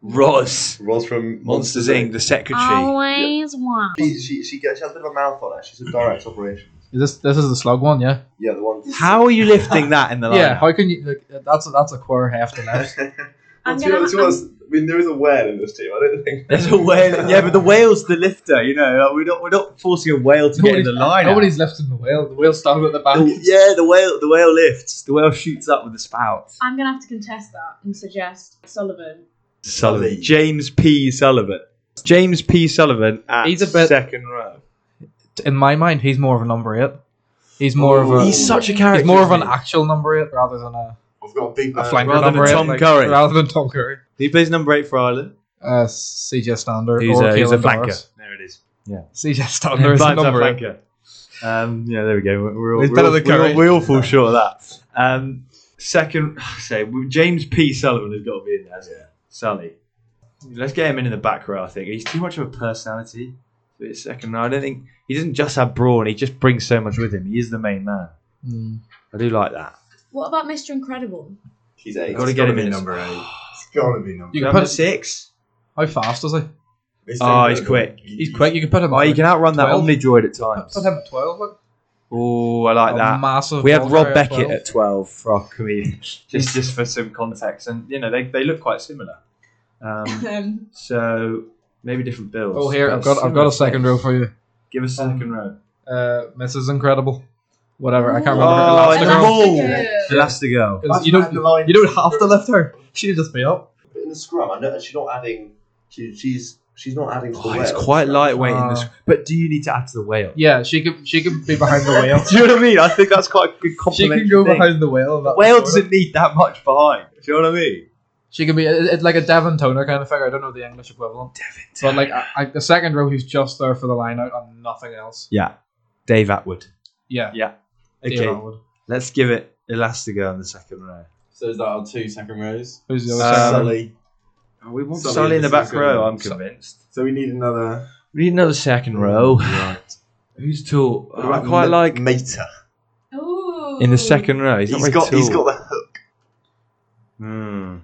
Speaker 3: Roz,
Speaker 5: Roz from
Speaker 3: Monsters Inc. The secretary.
Speaker 2: Always one.
Speaker 5: She, she, she, gets, she has a bit of a mouth on her. She's a direct operation.
Speaker 4: Is this this is the slug one, yeah.
Speaker 5: Yeah, the one.
Speaker 3: How are you lifting that in the lineup?
Speaker 4: Yeah. How can you? Like, that's a, that's a quarter half to
Speaker 5: well,
Speaker 4: left.
Speaker 6: I'm
Speaker 5: to be
Speaker 6: gonna-
Speaker 5: honest, to be honest, I mean, there is a whale in this team. I don't think
Speaker 3: There's a whale. Yeah, but the whale's the lifter. You know, like, we're not we're not forcing a whale to get in the lineup.
Speaker 4: nobody's lifting the whale. The whale's standing at the back.
Speaker 3: The- yeah, the whale. The whale lifts. The whale shoots up with the spout.
Speaker 6: I'm gonna have to contest that and suggest Sullivan.
Speaker 3: Sullivan.
Speaker 7: Sullivan.
Speaker 3: James P. Sullivan. James P. Sullivan at
Speaker 4: He's a bit-
Speaker 3: second row.
Speaker 4: In my mind, he's more of a number eight. He's more of a.
Speaker 3: Oh, He's such a character.
Speaker 4: he's more of an
Speaker 3: isn't he?
Speaker 4: actual number eight rather than a,
Speaker 7: I've got a big uh,
Speaker 4: a
Speaker 7: man.
Speaker 4: flanker
Speaker 3: rather than
Speaker 4: number eight,
Speaker 3: Tom
Speaker 4: like,
Speaker 3: Curry.
Speaker 4: Rather than Tom Curry.
Speaker 3: He plays number eight for Ireland.
Speaker 4: uh, CJ Standard
Speaker 3: He's
Speaker 4: or
Speaker 3: a, he's a
Speaker 4: Keelan
Speaker 3: flanker.
Speaker 4: Doris.
Speaker 7: There it is.
Speaker 4: CJ Standard Oh, is the
Speaker 3: uh,
Speaker 7: Blind side
Speaker 4: number. eight.
Speaker 7: flanker. Um, yeah, there we go. We're, we're all,
Speaker 4: He's
Speaker 7: we're
Speaker 4: better
Speaker 7: all,
Speaker 4: than
Speaker 7: we all,
Speaker 4: Curry.
Speaker 7: we all fall short of that. Um,
Speaker 3: Second, say James P. Sullivan has got to be in there. hasn't he? Sully. Let's get him in in the back row. I think he's too much of a personality. for his second row. I don't think he doesn't just have brawn. He just brings so much with him. He is the main man.
Speaker 4: Mm.
Speaker 3: I do like that.
Speaker 6: What about Mr. Incredible?
Speaker 5: He's eight.
Speaker 3: Got to
Speaker 7: it's
Speaker 3: get
Speaker 7: gotta
Speaker 3: him
Speaker 7: be
Speaker 3: in
Speaker 7: number
Speaker 3: as-
Speaker 7: eight. it's gotta be number.
Speaker 4: You can
Speaker 3: Number
Speaker 4: put,
Speaker 3: six.
Speaker 4: how fast is he?
Speaker 7: It's
Speaker 3: Oh,
Speaker 7: David
Speaker 3: he's
Speaker 7: Beckham.
Speaker 3: quick.
Speaker 4: He's quick. You can put him.
Speaker 3: Oh,
Speaker 4: at
Speaker 3: you can outrun that
Speaker 4: 12.
Speaker 3: Omni Droid at times.
Speaker 4: Put him at twelve. Look.
Speaker 3: Oh, I like
Speaker 4: A
Speaker 3: that.
Speaker 4: Massive.
Speaker 3: We had
Speaker 4: ball
Speaker 3: Rob
Speaker 4: carrier
Speaker 3: Beckett
Speaker 4: 12.
Speaker 3: at 12 for our comedian, just, just for some context. And, you know, they, they look quite similar. Um,
Speaker 6: Um,
Speaker 3: so maybe different builds.
Speaker 4: Oh, here
Speaker 3: but
Speaker 4: I've got I've
Speaker 3: similar
Speaker 4: got a second row
Speaker 3: things.
Speaker 4: for you.
Speaker 3: Give us a second row.
Speaker 4: Uh, Mrs. Incredible, whatever. I can't remember.
Speaker 3: Oh,
Speaker 4: her
Speaker 3: it's
Speaker 4: last
Speaker 3: the
Speaker 4: name.
Speaker 3: ball.
Speaker 6: Elastigirl.
Speaker 3: Elastigirl.
Speaker 4: 'Cause You don't you don't have to lift her. She'd just be up.
Speaker 5: But in the scrum, I know she's not adding. She, she's she's not adding to the
Speaker 3: Oh,
Speaker 5: Wales.
Speaker 3: it's quite lightweight in
Speaker 4: Uh,
Speaker 3: this. But do you need to add to the whale?
Speaker 4: Yeah, she could she could be behind the wheel.
Speaker 3: Do you know what I mean? I think that's quite a good
Speaker 4: she
Speaker 3: compliment.
Speaker 4: can go behind the wheel. that
Speaker 3: Whale
Speaker 4: sort of-
Speaker 3: doesn't need that much behind. Do you know what I mean?
Speaker 4: She can be it- it's like a Devon Toner kind of figure. I don't know the English equivalent. But like a, a- a second row who's just there for the line out and nothing else.
Speaker 3: Yeah. Dave Atwood.
Speaker 4: Yeah.
Speaker 3: Okay.
Speaker 4: Dave Atwood.
Speaker 3: Let's give it Elastigirl in the second row.
Speaker 7: So is that our two second rows?
Speaker 4: Who's the
Speaker 3: Um,
Speaker 4: other second row?
Speaker 7: Sully.
Speaker 3: Oh, we want
Speaker 7: Sully
Speaker 3: Sully,
Speaker 7: in
Speaker 3: in
Speaker 7: the
Speaker 3: the back
Speaker 7: second
Speaker 3: row,
Speaker 7: row.
Speaker 3: I'm convinced.
Speaker 7: So we need another.
Speaker 3: We need another second row. Who's tall?
Speaker 7: What
Speaker 3: Oh, I
Speaker 7: about
Speaker 3: quite
Speaker 7: Ma-
Speaker 3: like
Speaker 7: Mater.
Speaker 6: Ooh.
Speaker 3: in the second row. He's, not
Speaker 7: He's
Speaker 3: very
Speaker 7: got. He's
Speaker 3: tall.
Speaker 7: got the hook.
Speaker 3: Hmm.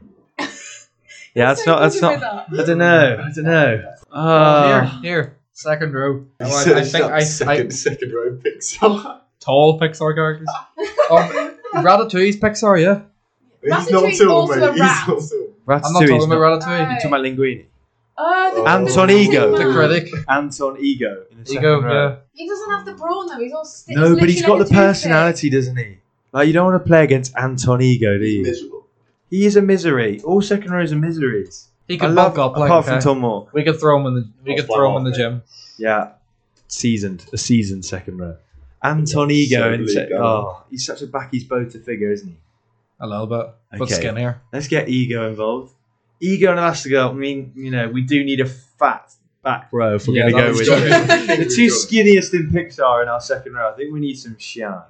Speaker 3: Yeah, that's
Speaker 6: So
Speaker 3: not. That's
Speaker 6: good with
Speaker 3: not.
Speaker 6: that.
Speaker 3: I don't know. I don't know.
Speaker 4: Oh, here,
Speaker 3: Ah,
Speaker 4: here, second row. I,
Speaker 7: He's
Speaker 4: I
Speaker 7: searched
Speaker 4: think
Speaker 7: up
Speaker 4: I,
Speaker 7: second
Speaker 4: I
Speaker 7: second row picks up.
Speaker 4: tall Pixar characters. um, Ratatouille's Pixar, yeah.
Speaker 7: He's not
Speaker 6: Ratatouille's
Speaker 7: tall,
Speaker 6: also
Speaker 7: mate.
Speaker 6: a
Speaker 7: He's
Speaker 4: I'm not
Speaker 7: not tall.
Speaker 6: rat.
Speaker 4: talking
Speaker 3: Ratatouille's not.
Speaker 4: about Ratatouille.
Speaker 6: Aye.
Speaker 3: Talking about Linguini.
Speaker 6: Oh, the
Speaker 3: Anton
Speaker 6: critic
Speaker 3: Ego.
Speaker 6: man.
Speaker 4: The critic.
Speaker 3: Anton Ego. In the second
Speaker 4: Ego,
Speaker 3: row.
Speaker 4: yeah.
Speaker 6: He doesn't have the brawn though. He's all stiff.
Speaker 3: No, but he's got the personality, doesn't he? Like you don't want to play against Anton Ego, do you?
Speaker 5: miserable.
Speaker 3: He is a misery. All second rows are miseries.
Speaker 4: He
Speaker 3: I
Speaker 4: could
Speaker 3: love
Speaker 4: bulk up like
Speaker 3: apart
Speaker 4: okay.
Speaker 3: from Tom Moore.
Speaker 4: We could throw him in the we could
Speaker 5: Off
Speaker 4: throw
Speaker 5: one
Speaker 4: him in the
Speaker 5: off.
Speaker 4: gym.
Speaker 3: Yeah, seasoned, a seasoned second row. Anton Ego
Speaker 5: So
Speaker 3: in
Speaker 5: bleak,
Speaker 3: sec-
Speaker 5: isn't
Speaker 3: oh, he's such a backies bota figure, isn't he?
Speaker 4: A little bit, but
Speaker 3: Okay.
Speaker 4: skinnier.
Speaker 3: Let's get Ego involved. Ego and Elastigirl. I mean, you know, we do need a fat back row if we're
Speaker 4: Yeah,
Speaker 3: going
Speaker 4: that's
Speaker 3: to go
Speaker 4: true.
Speaker 3: with the two skinniest in Pixar in our second row. I think we need some shine.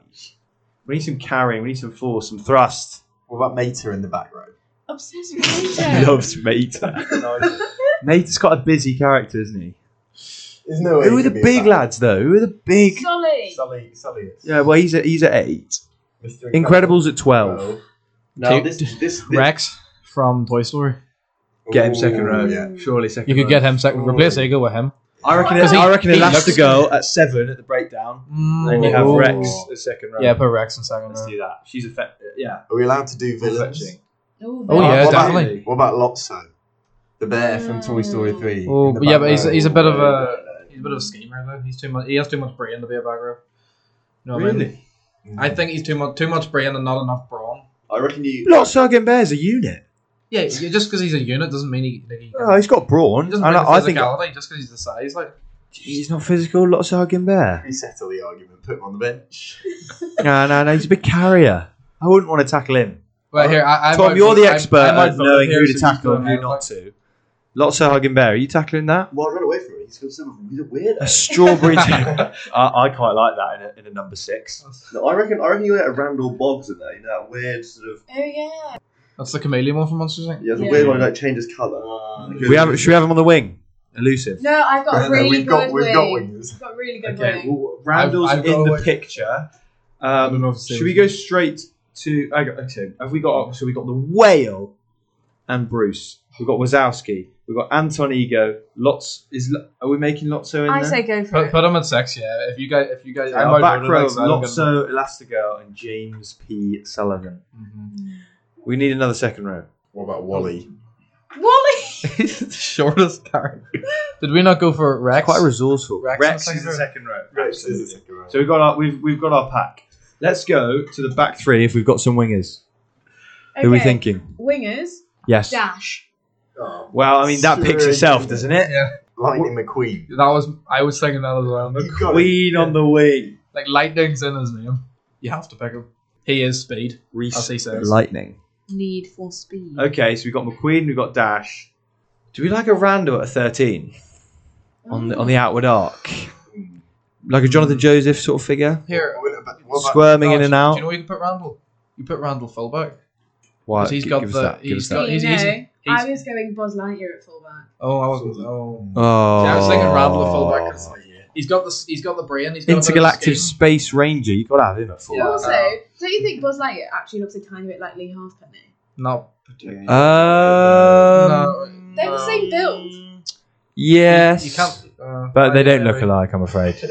Speaker 3: We need some carrying. We need some force, some thrust.
Speaker 7: What about Mater in the back row?
Speaker 6: Obsessed with Ego.
Speaker 3: Loves Mater. Mater's got a busy character, isn't he?
Speaker 7: There's no way
Speaker 3: Who
Speaker 7: he
Speaker 3: are the
Speaker 7: can be a
Speaker 3: big
Speaker 7: back.
Speaker 3: lads though? Who are the big?
Speaker 6: Sully.
Speaker 7: Sully, Sully. is-
Speaker 3: Yeah, well, he's at he's at eight.
Speaker 7: Mr.
Speaker 3: Incredibles at twelve.
Speaker 7: Incredible.
Speaker 5: Now
Speaker 4: Cute.
Speaker 5: this this, this
Speaker 4: Rex from Toy Story.
Speaker 3: Get him
Speaker 7: Ooh,
Speaker 3: second row.
Speaker 7: Yeah.
Speaker 3: Surely second.
Speaker 4: You could
Speaker 3: row.
Speaker 4: get him second.
Speaker 7: Ooh.
Speaker 4: Replace Ego with him.
Speaker 3: I reckon.
Speaker 6: Because he-
Speaker 3: I reckon
Speaker 4: he
Speaker 3: Elastigirl at seven at the breakdown.
Speaker 4: Mm.
Speaker 3: And you have
Speaker 7: Ooh.
Speaker 3: Rex at second row.
Speaker 4: Yeah, put Rex in second.
Speaker 3: let's
Speaker 4: row.
Speaker 3: do that. She's effective. Yeah.
Speaker 7: Are we allowed to do villains?
Speaker 3: Fetching.
Speaker 6: Oh,
Speaker 4: Oh,
Speaker 6: very
Speaker 4: yeah,
Speaker 7: what about-
Speaker 4: definitely.
Speaker 7: What about Lotso? The bear from Toy Story 3.
Speaker 4: Oh,
Speaker 7: in the
Speaker 4: but yeah,
Speaker 7: back
Speaker 4: but he's,
Speaker 7: row.
Speaker 4: he's a bit of a he's a bit of a schemer though. He's too much. He has too much brain to be a back row. You know what I mean? I think he's too much too much brain and not enough brawn.
Speaker 5: I reckon you.
Speaker 3: Lot Sargon Bear's a unit.
Speaker 4: Yeah, yeah, just because he's a unit doesn't mean he. that he can-
Speaker 3: Oh, he's got brawn.
Speaker 4: he
Speaker 3: And
Speaker 4: doesn't bring the
Speaker 3: I, I think
Speaker 4: physicality just because he's the size. Like
Speaker 3: he's not physical. Lot Sargon Bear.
Speaker 7: We settle the argument, put him on the bench.
Speaker 3: no, no, no. He's a big carrier. I wouldn't want to tackle him.
Speaker 4: Well, here, I, I'm
Speaker 3: Tom,
Speaker 4: out
Speaker 3: you're
Speaker 4: for-
Speaker 3: the
Speaker 4: I'm-
Speaker 3: expert
Speaker 4: I'm out
Speaker 3: at
Speaker 4: for
Speaker 3: knowing
Speaker 4: here,
Speaker 3: who
Speaker 4: so
Speaker 3: to
Speaker 4: you
Speaker 3: tackle
Speaker 4: go
Speaker 3: and
Speaker 4: ahead,
Speaker 3: who not
Speaker 4: like-
Speaker 3: to. Lot Sargon Bear. Are you tackling that?
Speaker 5: Well, run away from him. He's sort of he's a
Speaker 3: A
Speaker 5: weirdo.
Speaker 3: strawberry. I, I quite like that in a, in a number six.
Speaker 5: No, I reckon. I reckon you get a Randall Boggs in there. You know that weird sort of.
Speaker 6: Oh yeah.
Speaker 4: That's the chameleon one from Monsters Inc.
Speaker 5: Yeah, the
Speaker 6: Yeah.
Speaker 5: weird one that changes colour.
Speaker 3: We have. Should we have him on the wing? Elusive.
Speaker 6: No, I've got a really
Speaker 7: we've
Speaker 6: good
Speaker 7: got, we've got
Speaker 6: wing.
Speaker 7: wingers.
Speaker 6: I've got a really good
Speaker 3: Okay,
Speaker 6: wing.
Speaker 3: well, Randall's
Speaker 4: I've- I've got
Speaker 3: in the
Speaker 4: away-
Speaker 3: picture.
Speaker 4: I don't know
Speaker 3: Um,
Speaker 4: if it's
Speaker 3: should we go straight to? I got, okay, have we got? So we got the whale and Bruce. We've got Wazowski. We've got Anton Ego. Lots is. Lo- Are we making Lotso in
Speaker 6: I
Speaker 3: there?
Speaker 6: say go for
Speaker 4: Put,
Speaker 6: it.
Speaker 4: put him at six, yeah. If you guys, if you guys,
Speaker 3: Yeah, our back
Speaker 4: outvoted,
Speaker 3: row:
Speaker 4: like, so I don't get-
Speaker 3: Lotso, Elastigirl, and James P. Sullivan.
Speaker 4: Mhm.
Speaker 3: We need another second row.
Speaker 7: What about Wally?
Speaker 6: Wally.
Speaker 4: He's the Mm-hmm. shortest character. Did we not go for Rex?
Speaker 3: Quite resourceful.
Speaker 4: Rex
Speaker 3: Rex
Speaker 4: in the
Speaker 3: is the second row.
Speaker 7: Rex is
Speaker 3: Absolutely.
Speaker 7: the second row.
Speaker 3: So we've got our we've we've got our pack. Let's go to the back three if we've got some wingers. Who are we
Speaker 6: Okay.
Speaker 3: thinking?
Speaker 6: Wingers.
Speaker 3: Yes.
Speaker 6: Dash.
Speaker 7: Oh,
Speaker 3: Well, I mean that picks
Speaker 7: Sure,
Speaker 3: itself,
Speaker 7: yeah.
Speaker 3: doesn't it?
Speaker 7: Lightning McQueen.
Speaker 4: that was I was thinking that as well.
Speaker 7: You got it.
Speaker 3: Queen on the wing.
Speaker 4: Like lightning's in his name. You have to pick him. He is speed. I'll say so.
Speaker 3: Lightning.
Speaker 6: Need for speed.
Speaker 3: Okay, so we've got McQueen, we've got Dash. Do we like a Randall at a 13
Speaker 6: Oh,
Speaker 3: on the, on the outward arc? Like a Jonathan Joseph sort of figure?
Speaker 4: Here,
Speaker 7: What about- what about-
Speaker 3: Squirming in and
Speaker 4: Do you know
Speaker 3: out?
Speaker 4: where you put Randall? You put Randall fullback.
Speaker 3: Why?
Speaker 4: 'Cause he's
Speaker 3: gi-
Speaker 4: got
Speaker 3: give us
Speaker 4: the-
Speaker 3: that, give
Speaker 4: he's
Speaker 3: us
Speaker 4: got-
Speaker 3: that.
Speaker 6: you know,
Speaker 4: he's-
Speaker 6: I was going Buzz Lightyear at fullback.
Speaker 4: Oh, I was. Oh,
Speaker 3: Oh.
Speaker 4: See, I was thinking Randall at fullback. 'cause
Speaker 7: yeah.
Speaker 4: oh. He's got the he's got the brain. He's got a bit of
Speaker 3: Intergalactic
Speaker 4: scheme.
Speaker 3: Space Ranger. You've got to have him at full.
Speaker 4: Yeah.
Speaker 6: Also,
Speaker 4: Uh,
Speaker 6: don't you think Buzz Lightyear actually looks a tiny bit like Lee Halfpenny?
Speaker 4: Not particularly.
Speaker 3: Um,
Speaker 4: No,
Speaker 6: They're the same build.
Speaker 3: Yes.
Speaker 4: You can't. Uh,
Speaker 3: But they
Speaker 4: I-
Speaker 3: don't
Speaker 4: I
Speaker 3: look
Speaker 4: mean-
Speaker 3: alike, I'm afraid.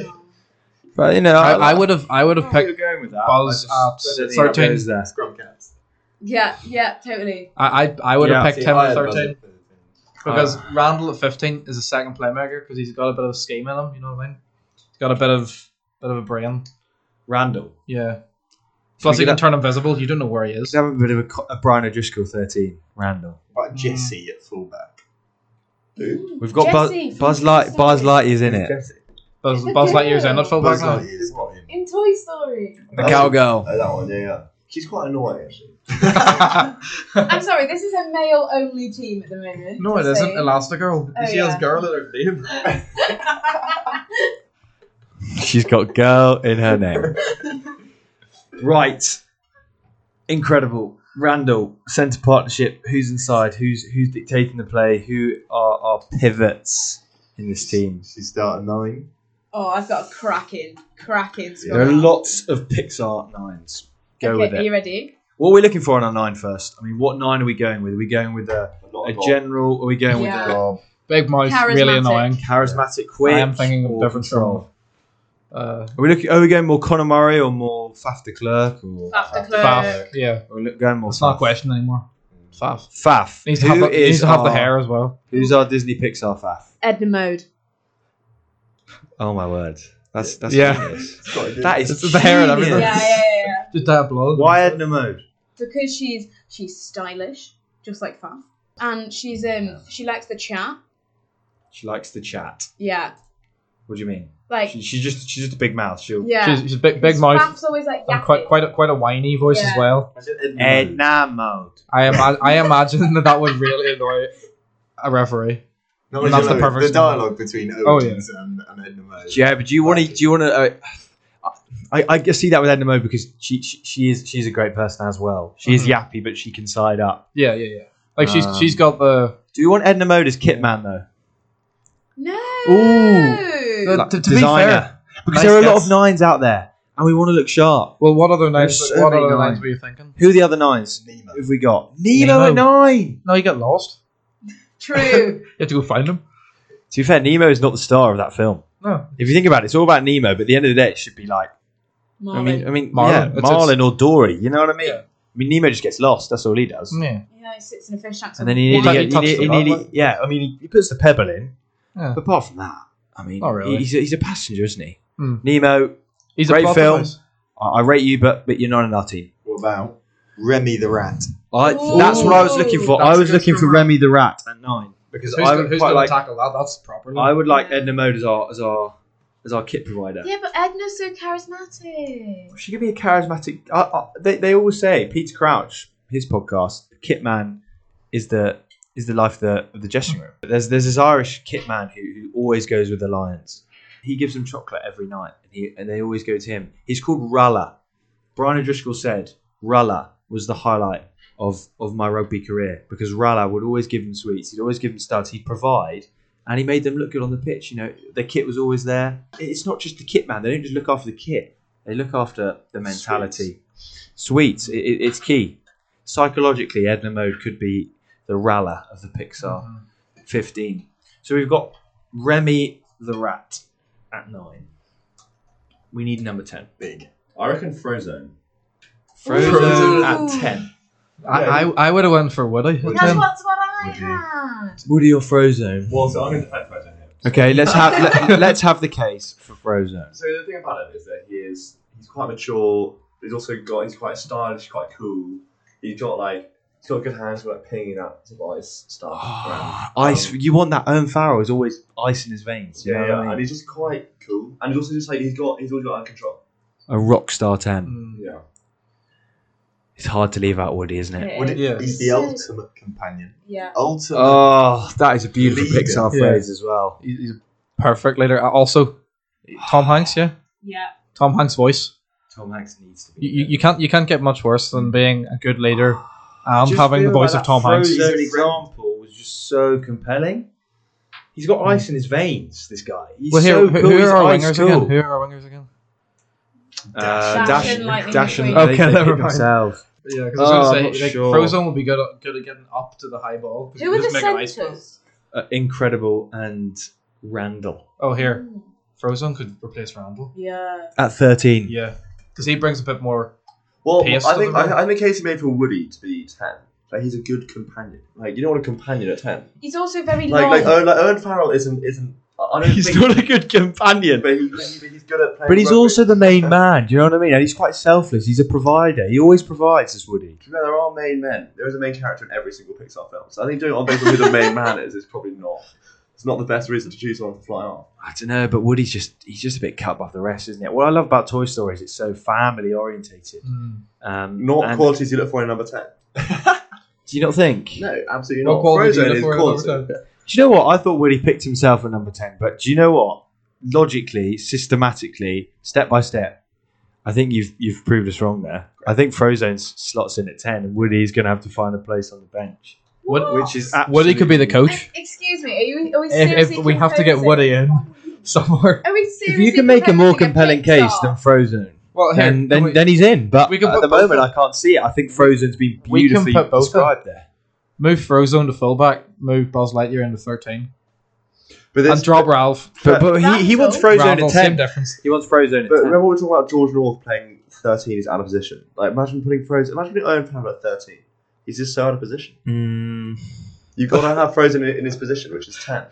Speaker 6: Mm.
Speaker 3: But you know,
Speaker 4: I, I would have. I would have picked.
Speaker 3: going with that.
Speaker 4: Buzz
Speaker 3: I just-
Speaker 4: at
Speaker 3: Sorry,
Speaker 4: 13.
Speaker 3: goes there.
Speaker 7: Scrum cats.
Speaker 6: Yeah, yeah, totally.
Speaker 4: I. I, I would
Speaker 3: Yeah.
Speaker 4: have picked
Speaker 7: See,
Speaker 4: him
Speaker 7: I
Speaker 4: at
Speaker 7: had
Speaker 4: thirteen
Speaker 7: Buzz at 13.
Speaker 4: because Randall at fifteen is a second playmaker because he's got a bit of scheme in him. You know what I mean? He's got a bit of bit of a brain.
Speaker 3: Randall.
Speaker 4: Yeah. Plus,
Speaker 3: we
Speaker 4: he
Speaker 3: get
Speaker 4: can turn invisible. You don't know where he is.
Speaker 3: Let's have a bit of a, co- a Brian O'Driscoll 13. Randall.
Speaker 7: What about Jesse at fullback?
Speaker 3: Mm.
Speaker 6: Ooh,
Speaker 3: We've got Buzz,
Speaker 6: Jesse from
Speaker 3: Buzz Light.
Speaker 6: Toy
Speaker 3: Buzz
Speaker 6: Story.
Speaker 3: Lightyear's in it.
Speaker 5: Jesse.
Speaker 4: Buzz,
Speaker 6: It's a
Speaker 4: Buzz
Speaker 6: girl.
Speaker 4: Lightyear's in at fullback
Speaker 7: Buzz
Speaker 4: now.
Speaker 7: Lightyear is got him.
Speaker 6: In Toy Story.
Speaker 3: The cowgirl.
Speaker 5: Oh, that one, yeah, yeah. She's quite annoying, actually.
Speaker 3: Oh.
Speaker 6: I'm sorry, this is a male only team at the moment.
Speaker 4: No, it
Speaker 6: Just
Speaker 4: isn't.
Speaker 6: saying.
Speaker 4: Elastigirl.
Speaker 6: Oh,
Speaker 4: she has
Speaker 6: yeah.
Speaker 4: girl in her name.
Speaker 3: She's got girl in her name. right. Incredible. Randall, centre partnership. Who's inside? Who's who's dictating the play? Who are our pivots in this team?
Speaker 7: She's starting nine.
Speaker 6: Oh, I've got a cracking, cracking score.
Speaker 3: There are lots of Pixar nines. Go
Speaker 6: okay,
Speaker 3: with
Speaker 6: Are
Speaker 3: it.
Speaker 6: you ready?
Speaker 3: What are we looking for on our nine first? I mean, what nine are we going with? Are we going with a,
Speaker 5: But not
Speaker 3: a
Speaker 5: lot.
Speaker 3: general? Are we going
Speaker 6: Yeah.
Speaker 3: with a
Speaker 4: Big mouth, really
Speaker 6: Charismatic.
Speaker 4: annoying.
Speaker 3: charismatic quick?
Speaker 4: I am thinking of
Speaker 3: or
Speaker 4: different
Speaker 3: control.
Speaker 4: stuff. Uh,
Speaker 3: Are we looking? Are we going more Conor Murray or more Faf de Klerk? Or
Speaker 6: After
Speaker 4: Faf. Yeah.
Speaker 3: We're look- going more.
Speaker 4: It's not a
Speaker 3: Faf.
Speaker 4: question anymore. Faf.
Speaker 3: Faf.
Speaker 4: Needs to, have
Speaker 3: Who
Speaker 4: the, he needs
Speaker 3: is uh,
Speaker 4: to have the
Speaker 3: our-
Speaker 4: hair as well.
Speaker 3: Who's our Disney Pixar Faf?
Speaker 6: Edna Mode.
Speaker 3: Oh my word, that's that's
Speaker 4: Yeah.
Speaker 3: genius.
Speaker 5: It's got a-
Speaker 3: That is
Speaker 4: It's the hair and
Speaker 3: genius.
Speaker 6: Yeah,
Speaker 4: everything.
Speaker 6: yeah, yeah, yeah.
Speaker 4: Just that blood.
Speaker 3: Why Edna Mode?
Speaker 6: Because she's she's stylish, just like Faf, and she's um she likes the chat.
Speaker 3: She likes to chat.
Speaker 6: Yeah,
Speaker 3: What do you mean?
Speaker 6: like
Speaker 3: She, she's just she's just a big mouth. She'll
Speaker 6: yeah.
Speaker 4: She's, she's big, big mouth.
Speaker 6: Faf's always like
Speaker 4: And quite,
Speaker 6: yakking.
Speaker 4: quite, a, quite a whiny voice as
Speaker 6: Yeah.
Speaker 4: well.
Speaker 7: That's it, Edna.
Speaker 3: Edna Mode.
Speaker 4: I, ima- I imagine that that would really annoy a referee.
Speaker 7: Not
Speaker 4: That's
Speaker 7: the,
Speaker 4: the perfect
Speaker 7: the
Speaker 4: example.
Speaker 7: dialogue between Owens
Speaker 4: Oh, yeah.
Speaker 7: and, and Edna Mode.
Speaker 3: Yeah, but do you want to? Do you want to? Uh, I, I just see that with Edna Mode because she, she she is she's a great person as well. She is
Speaker 4: Mhm.
Speaker 3: yappy, but she can side up.
Speaker 4: Yeah, yeah, yeah. Like she's
Speaker 3: Um,
Speaker 4: she's got the
Speaker 3: Do you want Edna Mode as Kitman though?
Speaker 6: No.
Speaker 4: Ooh.
Speaker 3: Like,
Speaker 4: to- to be fair,
Speaker 3: because
Speaker 4: nice
Speaker 3: there are a lot of
Speaker 4: guess.
Speaker 3: nines out there, and we want to look sharp.
Speaker 4: well. What other names?
Speaker 3: There's so
Speaker 4: what
Speaker 3: many
Speaker 4: other
Speaker 3: nine.
Speaker 4: names were you thinking?
Speaker 3: Who are the other nines?
Speaker 7: Nemo.
Speaker 3: Who have we got? Nemo,
Speaker 4: Nemo.
Speaker 3: at nine.
Speaker 4: No, you get lost.
Speaker 6: True.
Speaker 4: You have to go find him.
Speaker 3: To be fair, Nemo is not the star of that film.
Speaker 4: No,
Speaker 3: If you think about it, it's all about Nemo. But at the end of the day, it should be like I
Speaker 6: Marlon.
Speaker 3: mean, I mean,
Speaker 4: Marlin.
Speaker 3: yeah,
Speaker 4: It's- it's-
Speaker 3: Marlin or Dory. You know what I mean?
Speaker 4: Yeah.
Speaker 3: I mean, Nemo just gets lost. That's all he does.
Speaker 4: yeah.
Speaker 6: yeah, he sits in a fish tank.
Speaker 3: And then he nearly,
Speaker 4: Well,
Speaker 3: get-
Speaker 4: he
Speaker 3: he
Speaker 4: touched
Speaker 3: nearly,
Speaker 4: the
Speaker 3: he
Speaker 4: button,
Speaker 3: nearly- yeah. I mean, he, he puts the pebble in.
Speaker 4: Yeah.
Speaker 3: But apart from that, I mean,
Speaker 4: Not really.
Speaker 3: he's, a, he's a passenger, isn't he?
Speaker 4: Hmm.
Speaker 3: Nemo,
Speaker 4: He's
Speaker 3: Great
Speaker 4: a plot
Speaker 3: film.
Speaker 4: device.
Speaker 3: I, I rate you, but but you're not in our team.
Speaker 7: What about Remy the Rat?
Speaker 3: I, that's what I was looking for.
Speaker 4: Ooh,
Speaker 3: I
Speaker 4: that's
Speaker 3: was
Speaker 4: good
Speaker 3: looking
Speaker 4: for
Speaker 3: for
Speaker 4: Rat.
Speaker 3: Remy the Rat at nine because
Speaker 4: Who's
Speaker 3: I
Speaker 4: gonna-
Speaker 3: would
Speaker 4: who's
Speaker 3: quite
Speaker 4: going
Speaker 3: like
Speaker 4: to tackle that? That's properly.
Speaker 3: I would like Edna Mode as our as our as our kit provider.
Speaker 6: Yeah, but Edna's so charismatic.
Speaker 3: She could be a charismatic. I I they they always say Peter Crouch, his podcast, Kitman, is the is the life of the of the dressing room. But there's there's this Irish Kitman who, who always goes with the lions. He gives them chocolate every night, and he and they always go to him. He's called Rulla. Brian O'Driscoll said Rulla was the highlight of of my rugby career because Rulla would always give them sweets. He'd always give them studs. He'd provide. And he made them look good on the pitch. You know, the kit was always there. It's not just the kit man. They don't just look after the kit. They look after the mentality. Sweets, it, it, it's key. Psychologically, Edna Mode could be the Ralla of the Pixar Mm-hmm. 15. So we've got Remy the Rat at 9. We need number 10.
Speaker 7: Big.
Speaker 5: I reckon Frozone.
Speaker 3: Frozen,
Speaker 6: Frozen.
Speaker 3: at 10.
Speaker 4: I, I, I would have went for Woody.
Speaker 7: Woody.
Speaker 6: That's
Speaker 4: Um,
Speaker 6: what's what I had.
Speaker 3: Woody or Frozone?
Speaker 5: Well, so I'm going to defend Frozone here.
Speaker 3: Okay, let's have let, let's have the case for Frozone.
Speaker 5: So the thing about him is that he is he's quite mature. He's also got he's quite stylish, quite cool. He's got like he's got good hands for like pinging out some ice stuff. around.
Speaker 3: ice, you want that? Owen Farrell is always ice in his veins. You
Speaker 5: yeah,
Speaker 3: know
Speaker 5: yeah,
Speaker 3: what I
Speaker 5: and
Speaker 3: mean?
Speaker 5: he's just quite cool. And he's
Speaker 4: Hmm.
Speaker 5: also just like he's got he's always got under control.
Speaker 3: A rock star ten.
Speaker 4: mm,
Speaker 5: Yeah,
Speaker 3: It's hard to leave out Woody, isn't it?
Speaker 6: Yeah.
Speaker 7: Would it,
Speaker 4: Yeah.
Speaker 7: He's the
Speaker 6: So-
Speaker 7: ultimate companion.
Speaker 6: Yeah.
Speaker 7: Ultimate.
Speaker 3: Oh, that is a beautiful
Speaker 7: Leader.
Speaker 3: Pixar
Speaker 4: Yeah.
Speaker 3: phrase as well.
Speaker 4: He- He's a perfect leader. Uh, Also, Tom Hanks, yeah,
Speaker 6: Yeah.
Speaker 4: Tom Hanks' voice.
Speaker 3: Tom Hanks needs to
Speaker 4: You, you, you can't you can't get much worse than being a good leader and having the voice of Tom Hanks.
Speaker 3: Frozen example was just so compelling. He's got ice in his veins. This guy. He's
Speaker 4: Well, here,
Speaker 3: so
Speaker 4: who,
Speaker 3: cool.
Speaker 4: who
Speaker 3: He's
Speaker 4: are our
Speaker 3: ice
Speaker 4: wingers
Speaker 3: cool.
Speaker 4: again? Who are our wingers again?
Speaker 3: Uh,
Speaker 6: Dash
Speaker 3: Dash,
Speaker 6: and Lightning
Speaker 3: Dash, and
Speaker 6: McQueen.
Speaker 3: they
Speaker 4: Okay,
Speaker 3: pick
Speaker 4: never mind.
Speaker 3: themselves.
Speaker 4: Yeah, because
Speaker 3: I was Oh, gonna I'm say, not like, sure. Frozone
Speaker 4: would be good at, good at getting up to the high ball.
Speaker 6: Who were the centers?
Speaker 3: Uh, incredible and Randall
Speaker 4: Oh, here, Frozone could replace Randall.
Speaker 6: Yeah.
Speaker 3: at thirteen.
Speaker 4: Yeah, because he brings a bit more.
Speaker 5: Well,
Speaker 4: Pierce
Speaker 5: I think
Speaker 4: doesn't know.
Speaker 5: I, I think Casey made for Woody to be ten. Like he's a good companion. Like you don't want a companion at ten.
Speaker 6: He's also very
Speaker 5: Like
Speaker 6: long.
Speaker 5: like, oh, like Owen Farrell isn't isn't. I I don't
Speaker 3: He's
Speaker 5: think,
Speaker 3: not a good companion.
Speaker 5: but he, but he's good at playing.
Speaker 3: But he's
Speaker 5: rugby.
Speaker 3: also the main man, do you know what I mean? And he's quite selfless. He's a provider. He always provides, as Woody.
Speaker 5: You know, there are main men. There is a main character in every single Pixar film. So I think doing it on based on who the main man is is probably not. It's not the best reason to choose someone to fly off.
Speaker 3: I don't know, but Woody's just he's just a bit cut above the rest, isn't it? What I love about Toy Story is it's so family orientated. Um,
Speaker 5: Not
Speaker 3: and-
Speaker 5: qualities you look for in number ten.
Speaker 3: Do you not think?
Speaker 5: No, absolutely
Speaker 4: What
Speaker 5: not.
Speaker 4: quality do you
Speaker 5: Frozen
Speaker 4: look
Speaker 5: is
Speaker 4: for in
Speaker 5: quality.
Speaker 4: number
Speaker 3: Do you know what? I thought Woody picked himself at number 10, but do you know what? Logically, systematically, step by step, I think you've you've proved us wrong there. I think Frozone s- slots in at 10, and Woody's going to have to find a place on the bench,
Speaker 4: Wood,
Speaker 3: which is
Speaker 4: Woody could be the
Speaker 3: absolutely-
Speaker 4: coach.
Speaker 6: Excuse me. Are you? Are we
Speaker 4: If,
Speaker 6: seriously
Speaker 4: if we have to get
Speaker 6: composing?
Speaker 4: Woody in somewhere.
Speaker 6: Are we
Speaker 3: If
Speaker 6: seriously
Speaker 3: you can make a more compelling
Speaker 6: comparing it to
Speaker 3: case
Speaker 6: Pixar?
Speaker 3: than Frozone,
Speaker 4: Well,
Speaker 3: then, then, then he's in. But
Speaker 4: We can
Speaker 3: at
Speaker 4: put
Speaker 3: the
Speaker 4: both
Speaker 3: moment,
Speaker 4: in.
Speaker 3: I can't see it. I think Frozen's been
Speaker 4: We can
Speaker 3: beautifully
Speaker 4: put both in.
Speaker 3: described there.
Speaker 4: move Frozone to fullback, move Buzz Lightyear into thirteen,
Speaker 5: But, this,
Speaker 4: and drop Ralph.
Speaker 3: But, but he, he wants
Speaker 6: Randall.
Speaker 3: Frozone
Speaker 4: Randall,
Speaker 3: at
Speaker 4: same
Speaker 3: 10.
Speaker 4: difference.
Speaker 3: He wants Frozone at
Speaker 5: but
Speaker 3: 10.
Speaker 5: remember we were talking about George North playing thirteen is out of position. Like imagine putting Frozen. Imagine putting Owen Farrell at thirteen. He's just so out of position.
Speaker 3: Mm,
Speaker 5: You've got to have Frozen in, in his position, which is ten.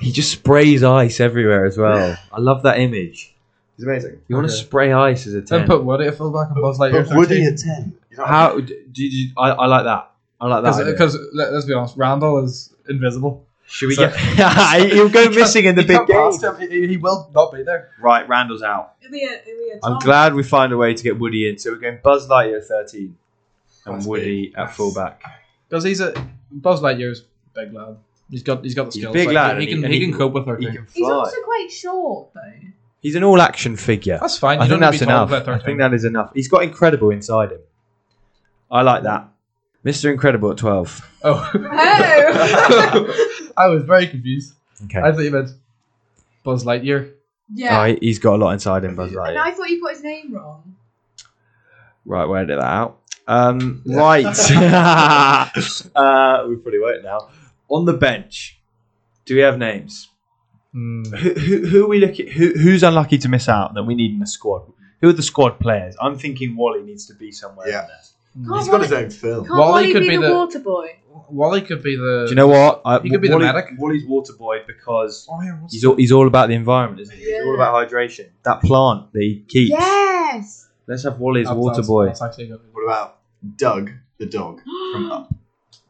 Speaker 3: he just sprays ice everywhere as well. I love that image.
Speaker 5: He's amazing.
Speaker 3: You want to
Speaker 4: Okay.
Speaker 3: spray ice as a 10.
Speaker 4: Then put Woody at fullback and Buzz Lightyear.
Speaker 7: But
Speaker 4: at
Speaker 7: Woody
Speaker 4: 13.
Speaker 7: at ten.
Speaker 3: How do you, do you- I, I like that. I like that. idea.
Speaker 4: Because let, us be honest, Randall is invisible.
Speaker 3: Should we get? He'll go missing in the big game.
Speaker 4: He, will not be there.
Speaker 3: Right, Randall's out.
Speaker 6: It'll be a- it'll be a
Speaker 3: I'm
Speaker 6: Tom.
Speaker 3: glad we find a way to get Woody in. So we're going Buzz Lightyear at 13, and
Speaker 7: That's
Speaker 3: Woody
Speaker 7: big.
Speaker 3: at
Speaker 7: That's-
Speaker 3: fullback.
Speaker 4: Because he's a Buzz Lightyear's a big lad. He's got he's got the
Speaker 3: He's a
Speaker 4: skills.
Speaker 3: big
Speaker 4: like,
Speaker 3: lad,
Speaker 4: He
Speaker 3: and
Speaker 4: can
Speaker 3: he- and
Speaker 4: he
Speaker 3: he
Speaker 4: can
Speaker 3: can-
Speaker 4: cope with her.
Speaker 3: He
Speaker 4: thing.
Speaker 3: can
Speaker 6: He's
Speaker 3: fly.
Speaker 6: also quite short though.
Speaker 3: He's an all-action figure.
Speaker 4: That's fine. You
Speaker 3: I
Speaker 4: don't
Speaker 3: think
Speaker 4: need to be
Speaker 3: that's
Speaker 4: told
Speaker 3: enough.
Speaker 4: about
Speaker 3: I
Speaker 4: 13.
Speaker 3: think that is enough. He's got Incredible inside him. I like that. Mr. Incredible at 12.
Speaker 6: Oh.
Speaker 4: Oh, I was very confused.
Speaker 3: Okay.
Speaker 4: I thought you meant Buzz Lightyear.
Speaker 6: yeah.
Speaker 3: Oh, he- he's got a lot inside him, Buzz
Speaker 6: and
Speaker 3: Lightyear.
Speaker 6: I thought you put his name wrong.
Speaker 3: Right, where did that out? Um, Right. uh, we probably won't now. On the bench, do we have names?
Speaker 4: Hmm.
Speaker 3: Who, who, who are we looking? Who, who's unlucky to miss out that we need in the squad? Who are the squad players? I'm thinking Wally needs to be somewhere. in
Speaker 7: Yeah.
Speaker 3: there.
Speaker 6: Can't
Speaker 7: He's got his
Speaker 6: Wally-
Speaker 7: own film.
Speaker 6: Can't
Speaker 4: Wally
Speaker 6: Wally
Speaker 4: could
Speaker 6: be,
Speaker 4: be
Speaker 6: the,
Speaker 4: the-
Speaker 6: water boy.
Speaker 4: Wally could be the.
Speaker 3: Do you know what? I,
Speaker 4: Uh, He could be the
Speaker 3: Wally,
Speaker 4: medic.
Speaker 3: Wally's water boy because
Speaker 4: Oh, yeah, what's-
Speaker 3: he's all, he's all about the environment, isn't he? He's
Speaker 6: Yeah.
Speaker 3: all about hydration. That plant that he keeps.
Speaker 6: Yes.
Speaker 3: Let's have Wally as
Speaker 4: that's-
Speaker 3: water
Speaker 4: that's-
Speaker 3: boy.
Speaker 4: that's actually a good-
Speaker 7: What about Doug the dog from Up?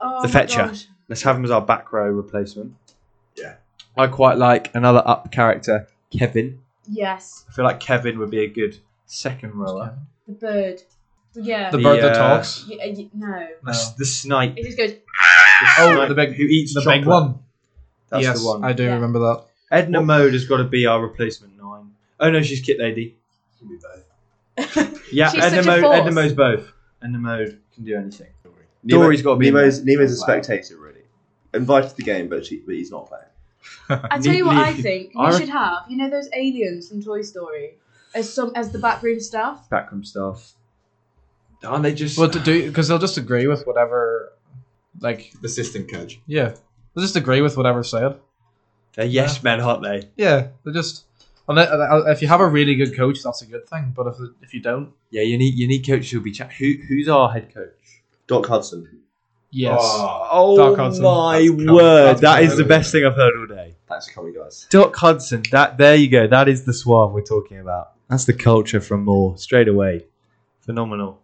Speaker 6: Oh
Speaker 3: The
Speaker 6: my
Speaker 3: fetcher.
Speaker 6: gosh.
Speaker 3: Let's have him as our back row replacement.
Speaker 7: Yeah.
Speaker 3: I quite like another up character, Kevin.
Speaker 6: Yes.
Speaker 3: I feel like Kevin would be a good second rower.
Speaker 6: The bird. Yeah.
Speaker 4: The
Speaker 3: The,
Speaker 4: bird that
Speaker 3: uh,
Speaker 4: talks.
Speaker 6: Y- uh, y- no.
Speaker 3: The, s- the snipe.
Speaker 6: It just goes.
Speaker 4: Oh, the big-
Speaker 3: who eats
Speaker 4: The big
Speaker 3: chocolate.
Speaker 4: one.
Speaker 3: That's
Speaker 4: yes,
Speaker 3: the one.
Speaker 4: I do
Speaker 6: Yeah.
Speaker 4: remember that.
Speaker 3: Edna Mode has got to be our replacement nine. Oh no, she's Kit Lady. Yeah,
Speaker 6: She's
Speaker 3: Edna
Speaker 6: such a
Speaker 3: Mode.
Speaker 6: force.
Speaker 3: Edna Mode's both. Edna Mode can do anything. Dory's got to be. in there.
Speaker 5: Nemo's Nemo's a
Speaker 7: Wow.
Speaker 5: spectator really. Invited to the game, but, she, but he's not playing.
Speaker 6: I tell you what I think
Speaker 3: I
Speaker 6: we
Speaker 3: re-
Speaker 6: should have. You know those aliens from Toy Story as some as the backroom staff.
Speaker 3: Backroom staff. Aren't they just?
Speaker 4: Well, to do because they'll just agree with whatever, like
Speaker 7: Assistant coach.
Speaker 4: yeah, they'll just agree with whatever's said.
Speaker 3: They're yes men, aren't they?
Speaker 4: Yeah, they just. and I- and I- If you have a really good coach, that's a good thing. But if if you don't,
Speaker 3: Yeah, you need you need coaches who'll be. Cha- who who's our head coach?
Speaker 5: Doc Hudson.
Speaker 4: yes,
Speaker 3: Oh
Speaker 4: Doc Hudson.
Speaker 3: my
Speaker 7: That's
Speaker 3: word!
Speaker 7: Hudson.
Speaker 3: That is the best thing I've heard all day.
Speaker 5: Thanks for coming, guys.
Speaker 3: Doc Hudson. That there you go. That is the suave we're talking about. That's the culture from Moore straight away. Phenomenal.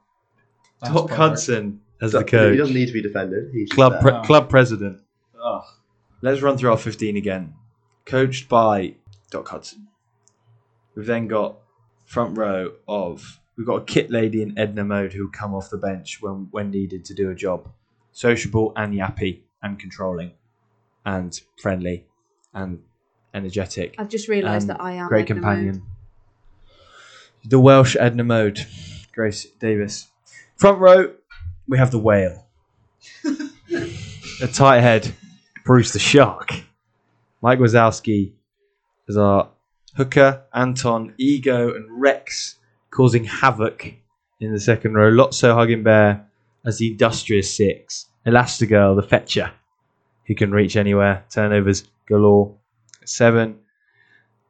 Speaker 4: that's
Speaker 3: Doc
Speaker 4: perfect.
Speaker 3: Hudson as the
Speaker 5: He doesn't
Speaker 3: coach,
Speaker 5: need to be defended. He's just
Speaker 3: club
Speaker 5: there.
Speaker 3: pre-
Speaker 4: No.
Speaker 3: club president. Let's run through our fifteen again. Coached by Doc Hudson. We've then got front row of We've got a kit lady in Edna mode who come off the bench when, when needed to do a job. Sociable and yappy and controlling and friendly and energetic.
Speaker 6: I've just realised
Speaker 3: Um,
Speaker 6: that I am
Speaker 3: great
Speaker 6: Edna Mode.
Speaker 3: companion. The Welsh Edna Mode, Grace Davis. Front row, we have the whale. a tight head, Bruce the shark. Mike Wazowski is our hooker, Anton, Ego, and Rex causing havoc in the second row. Lotso hugging Bear as the industrious six. Elastigirl, the fetcher, who can reach anywhere. Turnovers galore. Seven,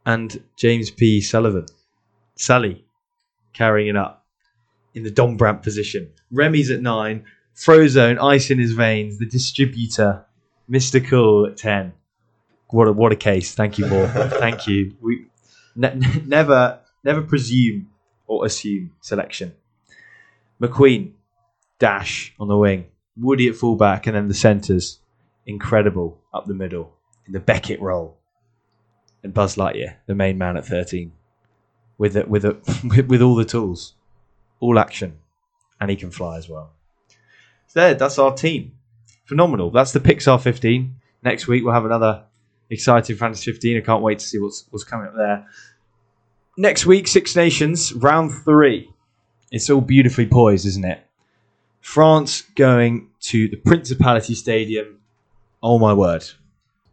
Speaker 3: and James P. Sullivan, Sally, carrying it up in the Dombrant position. Remy's at nine, Frozone, ice in his veins, the distributor, Mr. Cool at 10. What a, what a case. Thank you, Moore. Thank you. We ne- ne- never never presume or assume selection. McQueen, Dash on the wing, Woody at fullback, and then the centres. Incredible up the middle in the Beckett role and Buzz Lightyear, the main man at thirteen, with a, with a, with, with all the tools, all action, and he can fly as well. So there, that's our team. Phenomenal. That's the Pixar fifteen. Next week we'll have another exciting Fantasy fifteen. I can't wait to see what's what's coming up there. Next week, Six Nations round three. It's all beautifully poised, isn't it? France going to the Principality Stadium. Oh my word!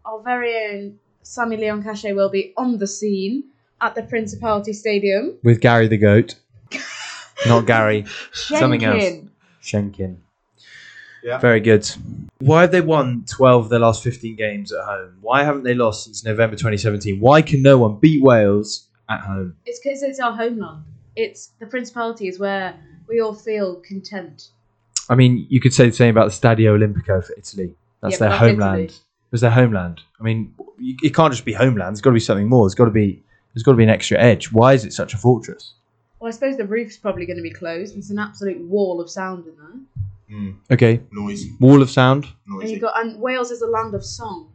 Speaker 6: Our very own Sammy Leon Cachet will be on the scene at the Principality Stadium.
Speaker 3: With Gary the Goat, not Gary. Something else.
Speaker 6: Jenkin.
Speaker 3: Schenken.
Speaker 7: Yeah.
Speaker 3: Very good. Why have they won 12 of their last 15 games at home? Why haven't they lost since November 2017? Why can no one beat Wales at home?
Speaker 6: It's because it's our homeland. It's the Principality is where we all feel content.
Speaker 3: I mean, you could say the same about the Stadio Olimpico for Italy. That's their
Speaker 6: Yeah, but that's
Speaker 3: homeland.
Speaker 6: Italy.
Speaker 3: It was their homeland. I mean, you- it can't just be homeland. There's got to be something more. There's got to be there's got to be an extra edge. Why is it such a fortress?
Speaker 6: Well, I suppose the roof's probably going to be closed. It's an absolute wall of sound in there.
Speaker 7: Mm,
Speaker 3: Okay,
Speaker 7: noise,
Speaker 3: wall of sound.
Speaker 6: And
Speaker 7: noisy.
Speaker 6: you got and Wales is a land of song.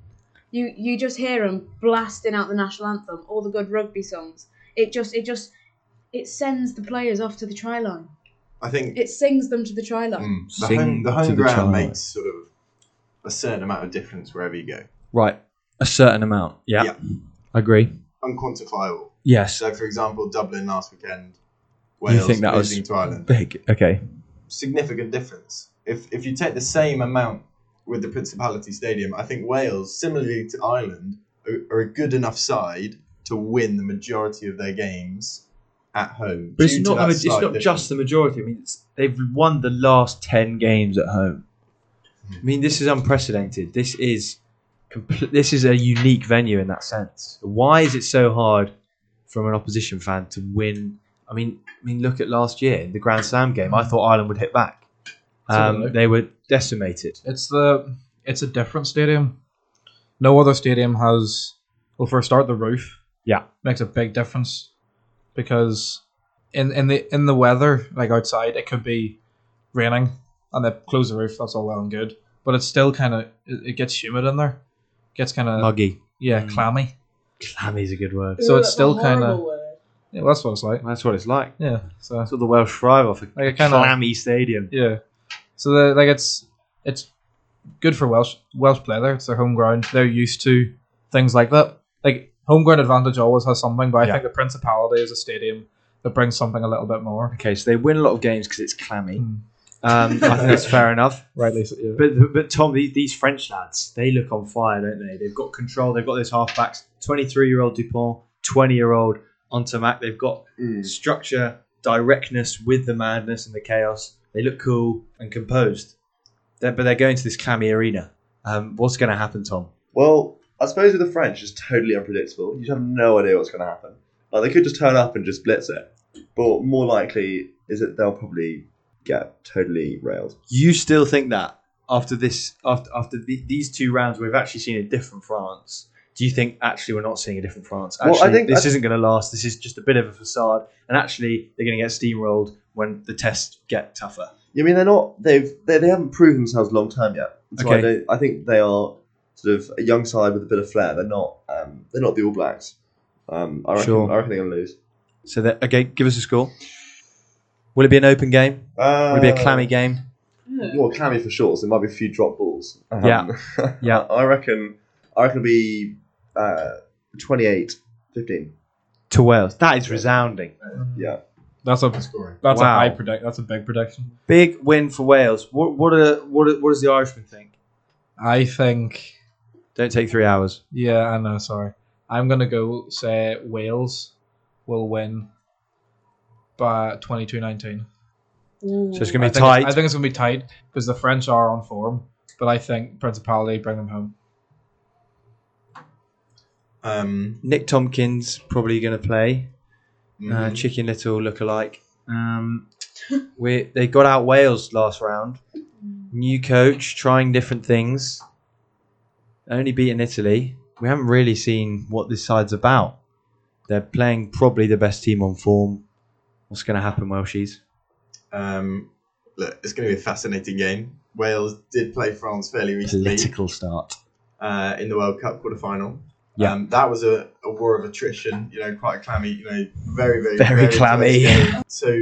Speaker 6: You you just hear them blasting out the national anthem, all the good rugby songs. It just it just it sends the players off to the try line.
Speaker 7: I think
Speaker 6: It sings them to the try line.
Speaker 7: mm, the
Speaker 3: Sing
Speaker 7: home, the
Speaker 3: to
Speaker 7: home
Speaker 3: the
Speaker 7: ground
Speaker 3: child.
Speaker 7: makes sort of a certain amount of difference wherever you go.
Speaker 3: Right, a certain amount. Yeah,
Speaker 7: Yeah.
Speaker 3: agree.
Speaker 7: Unquantifiable.
Speaker 3: Yes,
Speaker 7: So, for example, Dublin last weekend,
Speaker 3: you
Speaker 7: Wales
Speaker 3: think that was
Speaker 7: losing to Ireland.
Speaker 3: big? Okay,
Speaker 7: significant difference. If if you take the same amount with the Principality Stadium, I think Wales, similarly to Ireland, are, are a good enough side to win the majority of their games at home.
Speaker 3: But it's
Speaker 7: due to
Speaker 3: not,
Speaker 7: that
Speaker 3: I mean, it's
Speaker 7: slight
Speaker 3: not just the majority. I mean, it's, they've won the last 10 games at home.
Speaker 7: Hmm.
Speaker 3: I mean, this is unprecedented. This is compl- this is a unique venue in that sense. Why is it so hard from an opposition fan to win? I mean, I mean, look at last year, the Grand Slam game. I thought Ireland would hit back.
Speaker 4: So
Speaker 3: Um,
Speaker 4: did
Speaker 3: they were decimated.
Speaker 4: It's the it's a different stadium. No other stadium has well for a start the roof.
Speaker 3: Yeah.
Speaker 4: Makes a big difference. Because in, in the in the weather, like outside, it could be raining and they close the roof, that's all well and good. But it's still kinda it, it gets humid in there. Gets kinda
Speaker 3: Muggy.
Speaker 4: yeah,
Speaker 3: Mm.
Speaker 4: clammy.
Speaker 3: Clammy's a good word.
Speaker 4: So it's still kinda Yeah, well, that's what it's like.
Speaker 3: That's what it's like.
Speaker 4: Yeah. So
Speaker 3: That's what the Welsh thrive off. A
Speaker 4: like it kinda
Speaker 3: clammy stadium.
Speaker 4: Yeah. So the, like it's it's good for Welsh Welsh play there. It's their home ground. They're used to things like that. Like home ground advantage always has something, but I
Speaker 3: Yeah.
Speaker 4: think the Principality is a stadium that brings something a little bit more.
Speaker 3: Okay, so they win a lot of games because it's clammy.
Speaker 4: Hmm.
Speaker 3: Um, I think that's fair enough.
Speaker 4: Rightly, so, yeah.
Speaker 3: But but Tom, the- these French lads, they look on fire, don't they? They've got control. They've got those halfbacks. Twenty-three-year-old Dupont, twenty-year-old Ontamac. They've got
Speaker 7: Mm.
Speaker 3: structure, directness with the madness and the chaos. They look cool and composed. They're, but they're going to this clammy arena. Um, what's going to happen, Tom?
Speaker 5: Well, I suppose with the French, it's totally unpredictable. You have no idea what's going to happen. Like they could just turn up and just blitz it, but more likely is that they'll probably get totally railed.
Speaker 3: You still think that after this, after after the, these two rounds, we've actually seen a different France. Do you think actually we're not seeing a different France?
Speaker 5: Well, I
Speaker 3: Actually,
Speaker 5: think-
Speaker 3: this
Speaker 5: I-
Speaker 3: isn't going to last. This is just a bit of a facade, and actually they're going to get steamrolled when the tests get tougher.
Speaker 5: You mean they're not? They've they, they haven't proved themselves long term yet. So
Speaker 3: Okay.
Speaker 5: I, don't, I think they are sort of a young side with a bit of flair. They're not um, they're not the All Blacks. Um, I reckon
Speaker 3: Sure.
Speaker 5: I reckon they're gonna lose.
Speaker 3: So that okay, give us a score. Will it be an open game?
Speaker 5: Uh,
Speaker 3: Will it be a clammy game?
Speaker 5: Well, clammy for sure. So there might be a few drop balls. Um,
Speaker 3: Yeah. Yeah.
Speaker 5: I reckon. I reckon it'll be uh, 28, 15.
Speaker 3: To Wales. That is resounding.
Speaker 5: Yeah.
Speaker 4: That's a
Speaker 7: scoring.
Speaker 4: that's
Speaker 3: Wow.
Speaker 4: a high predict. That's a big prediction.
Speaker 8: Big win for Wales. What what are, what, are, what does the Irishman think?
Speaker 4: I think.
Speaker 3: Don't take three hours.
Speaker 4: Yeah, I know. Sorry, I'm gonna go say Wales will win by 22-19.
Speaker 3: So it's going to
Speaker 4: I
Speaker 3: be
Speaker 4: think
Speaker 3: tight.
Speaker 4: I think it's gonna be tight because the French are on form, but I think Principality bring them home.
Speaker 7: Um,
Speaker 3: Nick Tompkins probably going to play. Uh,
Speaker 7: mm,
Speaker 3: Chicken Little look alike. Um, we they got out Wales last round. New coach, trying different things. Only beaten Italy. We haven't really seen what this side's about. They're playing probably the best team on form. What's going to happen, Welshies?
Speaker 7: um, look, it's going to be a fascinating game. Wales did play France fairly recently
Speaker 3: Political start.
Speaker 7: uh, in the World Cup quarter final.
Speaker 3: Yeah.
Speaker 7: Um, that was a, a war of attrition, you know, quite clammy, you know, very, very,
Speaker 3: Very
Speaker 7: close
Speaker 3: clammy.
Speaker 7: game. so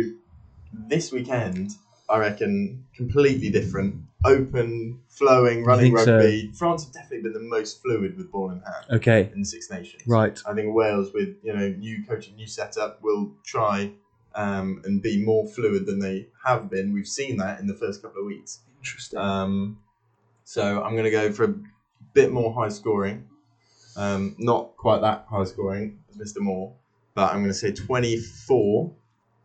Speaker 7: this weekend, I reckon, completely different. Open, flowing, running
Speaker 3: think so?
Speaker 7: rugby. France have definitely been the most fluid with ball in hand
Speaker 3: Okay,
Speaker 7: in Six Nations.
Speaker 3: right.
Speaker 7: I think Wales, with you know new coaching, new setup, will try um, and be more fluid than they have been. We've seen that in the first couple of weeks.
Speaker 8: Interesting.
Speaker 7: Um, so I'm going to go for a bit more high scoring, um, not quite that high scoring as Mr. Moore, but I'm going to say 24,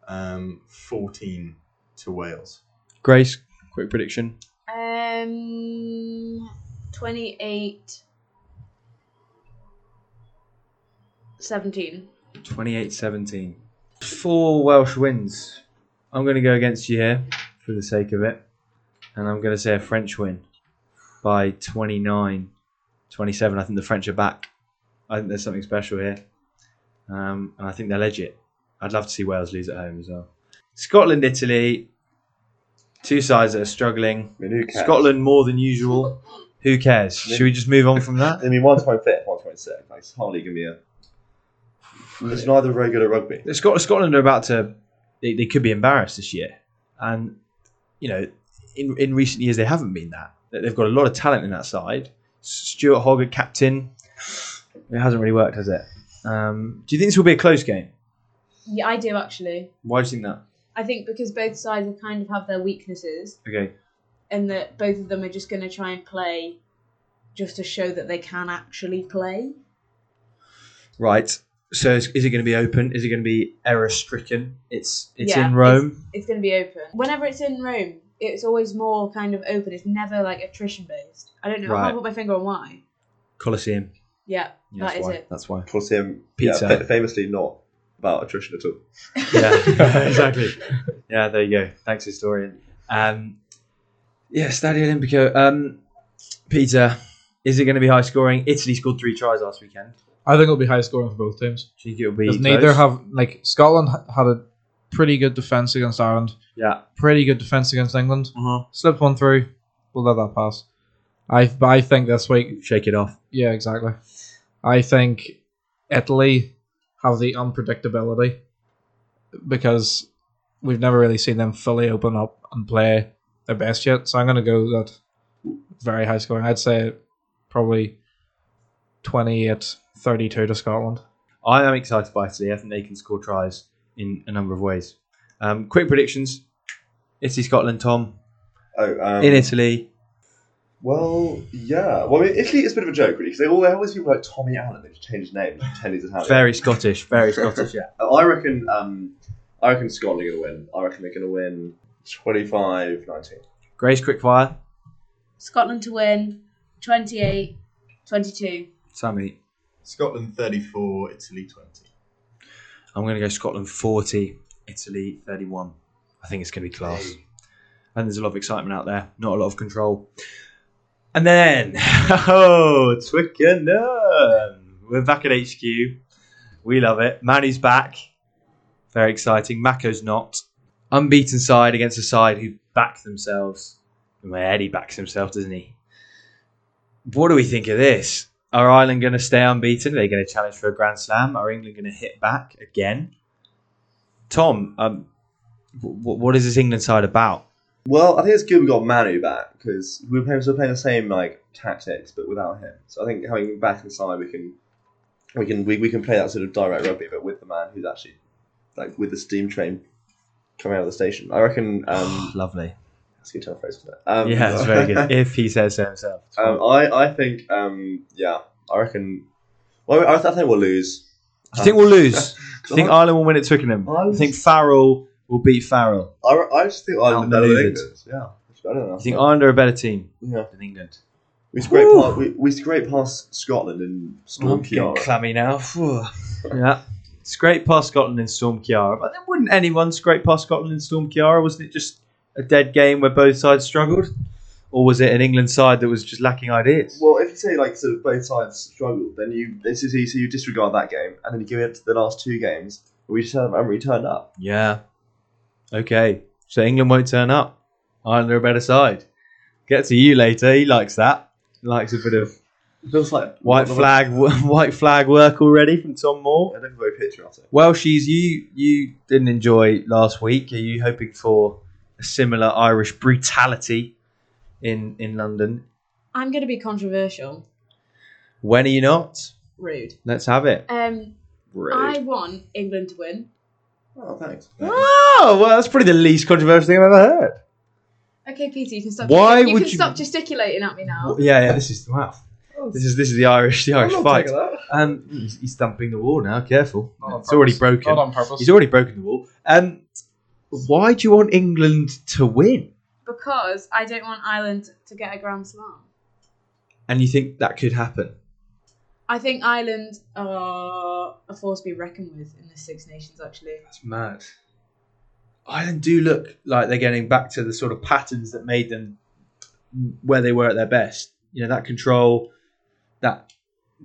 Speaker 7: um, 14 to Wales.
Speaker 3: Grace, quick prediction.
Speaker 6: Um, 28. 17.
Speaker 3: 28-17. Four Welsh wins. I'm going to go against you here for the sake of it. And I'm going to say a French win by 29, 27. I think the French are back. I think there's something special here. Um, and I think they're legit. I'd love to see Wales lose at home as well. Scotland, Italy. Two sides that are struggling.
Speaker 5: I mean, who cares?
Speaker 3: Scotland more than usual. Who cares? Should we just move on from that?
Speaker 5: I mean, one's 25th, one's 26th. Like, it's hardly going to be a. It's neither very good at rugby.
Speaker 3: Scot- Scotland are about to they, they could be embarrassed this year, and you know, in in recent years they haven't been that. They- They've got a lot of talent in that side. Stuart Hogg, a captain, it hasn't really worked, has it? Um, do you think this will be a close game?
Speaker 6: Yeah, I do actually.
Speaker 3: Why do you think that?
Speaker 6: I think because both sides have kind of have their weaknesses,
Speaker 3: Okay,
Speaker 6: and that both of them are just going to try and play just to show that they can actually play.
Speaker 3: right. So is, is it going to be open? Is it going to be error stricken? It's it's
Speaker 6: Yeah,
Speaker 3: in Rome.
Speaker 6: It's going to be open. Whenever it's in Rome, it's always more kind of open. It's never like attrition based. I don't know. I
Speaker 3: Right.
Speaker 6: can't put my finger on why.
Speaker 3: Colosseum.
Speaker 6: Yeah,
Speaker 3: Yeah,
Speaker 6: that
Speaker 3: that's
Speaker 6: is
Speaker 3: why.
Speaker 6: it.
Speaker 3: That's why.
Speaker 5: Of course, him
Speaker 3: Pizza.
Speaker 5: Yeah, fa- famously not about attrition at all.
Speaker 3: yeah, exactly. Yeah, there you go. Thanks, historian. Um, yeah, Stadio Olimpico. Um, Peter, is it going to be high scoring? Italy scored three tries last weekend.
Speaker 4: I think it'll be high scoring for both teams.
Speaker 3: Do you think it'll be?
Speaker 4: Because neither
Speaker 3: close?
Speaker 4: have like Scotland ha- had a pretty good defense against Ireland,
Speaker 3: Yeah.
Speaker 4: pretty good defense against England.
Speaker 3: Uh-huh.
Speaker 4: Slipped one through. We'll let that pass. I but I think this week,
Speaker 3: Shake it off.
Speaker 4: yeah, exactly. I think Italy have the unpredictability because we've never really seen them fully open up and play their best yet. So I'm going to go that very high scoring. I'd say probably 28 32 to Scotland.
Speaker 3: I am excited by Italy. I think they can score tries in a number of ways. Um, quick predictions: Italy, Scotland, Tom
Speaker 5: Oh, um,
Speaker 3: in Italy.
Speaker 5: Well, yeah. Well, I mean, Italy is a bit of a joke, really, because they all they always people like Tommy Allen. They just change his name, and pretend he's Italian.
Speaker 3: Very Scottish. Very Scottish. Yeah.
Speaker 5: I reckon. Um, I reckon Scotland are going to win. I reckon they're going to win 25-19.
Speaker 3: Grace, quick fire.
Speaker 6: Scotland to win 28 22.
Speaker 3: Sammy,
Speaker 7: Scotland 34, Italy 20.
Speaker 3: I'm going to go Scotland 40, Italy 31. I think it's going to be class. And there's a lot of excitement out there, not a lot of control. And then, oh, Twickenham. We're back at HQ. We love it. Manu's back. Very exciting. Mako's not. Unbeaten side against a side who back themselves. Well, Eddie backs himself, doesn't he? What do we think of this? Are Ireland going to stay unbeaten? Are they going to challenge for a Grand Slam? Are England going to hit back again? Tom, um, What, what is this England side about?
Speaker 5: Well, I think it's good we got Manu back because we were playing, still playing the same like tactics, but without him. So I think having him back inside, we can, we can, we, we can play that sort of direct rugby, but with the man who's actually, like, with the steam train coming out of the station. I reckon. Um,
Speaker 3: Lovely.
Speaker 5: that's a good turn of phrase, wasn't it? Um,
Speaker 3: Yeah, it's very good. if he says so himself. It's fine.
Speaker 5: Um, I, I think, um, yeah, I reckon. Well, I, I think we'll lose.
Speaker 3: you think we'll lose? Do you think
Speaker 5: I,
Speaker 3: Ireland will win at Twickenham?
Speaker 5: I
Speaker 3: Do you
Speaker 5: was-
Speaker 3: think Farrell will beat Farrell?
Speaker 5: I, I just think Ireland are better than
Speaker 3: Outmaneuvered.
Speaker 5: England. Yeah, it's better than
Speaker 3: Do you
Speaker 5: us.
Speaker 3: think Ireland are a better team
Speaker 5: Yeah.
Speaker 3: than England?
Speaker 5: We scrape
Speaker 3: Woo!
Speaker 5: past, we, we scrape past Scotland and
Speaker 3: I'm
Speaker 5: Storm
Speaker 3: getting
Speaker 5: Kiara.
Speaker 3: clammy now. Phew. yeah. Scrape past Scotland in Storm Kiara. But then wouldn't anyone scrape past Scotland in Storm Kiara? Wasn't it just a dead game where both sides struggled? Or was it an England side that was just lacking ideas?
Speaker 5: Well, if you say like sort of both sides struggled, then you this is so you disregard that game and then you give it to the last two games. We just haven't haven't really turned up.
Speaker 3: Yeah. Okay. So England won't turn up. Ireland are a better side. Get to you later. He likes that. He likes a bit of
Speaker 5: It feels like
Speaker 3: white flag, white flag work already from Tom Moore.
Speaker 5: I don't very picture of it.
Speaker 3: Welshies, you you didn't enjoy last week. Are you hoping for a similar Irish brutality in in London?
Speaker 6: I'm going to be controversial.
Speaker 3: When are you not?
Speaker 6: Rude.
Speaker 3: Let's have it.
Speaker 6: Um, I want England to win.
Speaker 5: Oh, thanks.
Speaker 3: Oh well, that's probably the least controversial thing I've ever heard.
Speaker 6: Okay, Peter, you can stop.
Speaker 3: Why
Speaker 6: you
Speaker 3: would
Speaker 6: can
Speaker 3: you-
Speaker 6: stop gesticulating at me now?
Speaker 3: Yeah, yeah. This is wow. This is this is the Irish the Irish
Speaker 5: I'm not
Speaker 3: fight.
Speaker 5: taking that.
Speaker 3: Um, he's, he's thumping the wall now. Careful,
Speaker 4: Not on
Speaker 3: it's already
Speaker 4: purpose.
Speaker 3: broken.
Speaker 4: Not on purpose.
Speaker 3: He's already broken the wall. Um, why do you want England to win?
Speaker 6: Because I don't want Ireland to get a grand slam.
Speaker 3: And you think that could happen?
Speaker 6: I think Ireland are a force to be reckoned with in the Six Nations. Actually,
Speaker 3: That's mad. Ireland do look like they're getting back to the sort of patterns that made them where they were at their best. You know, that control, that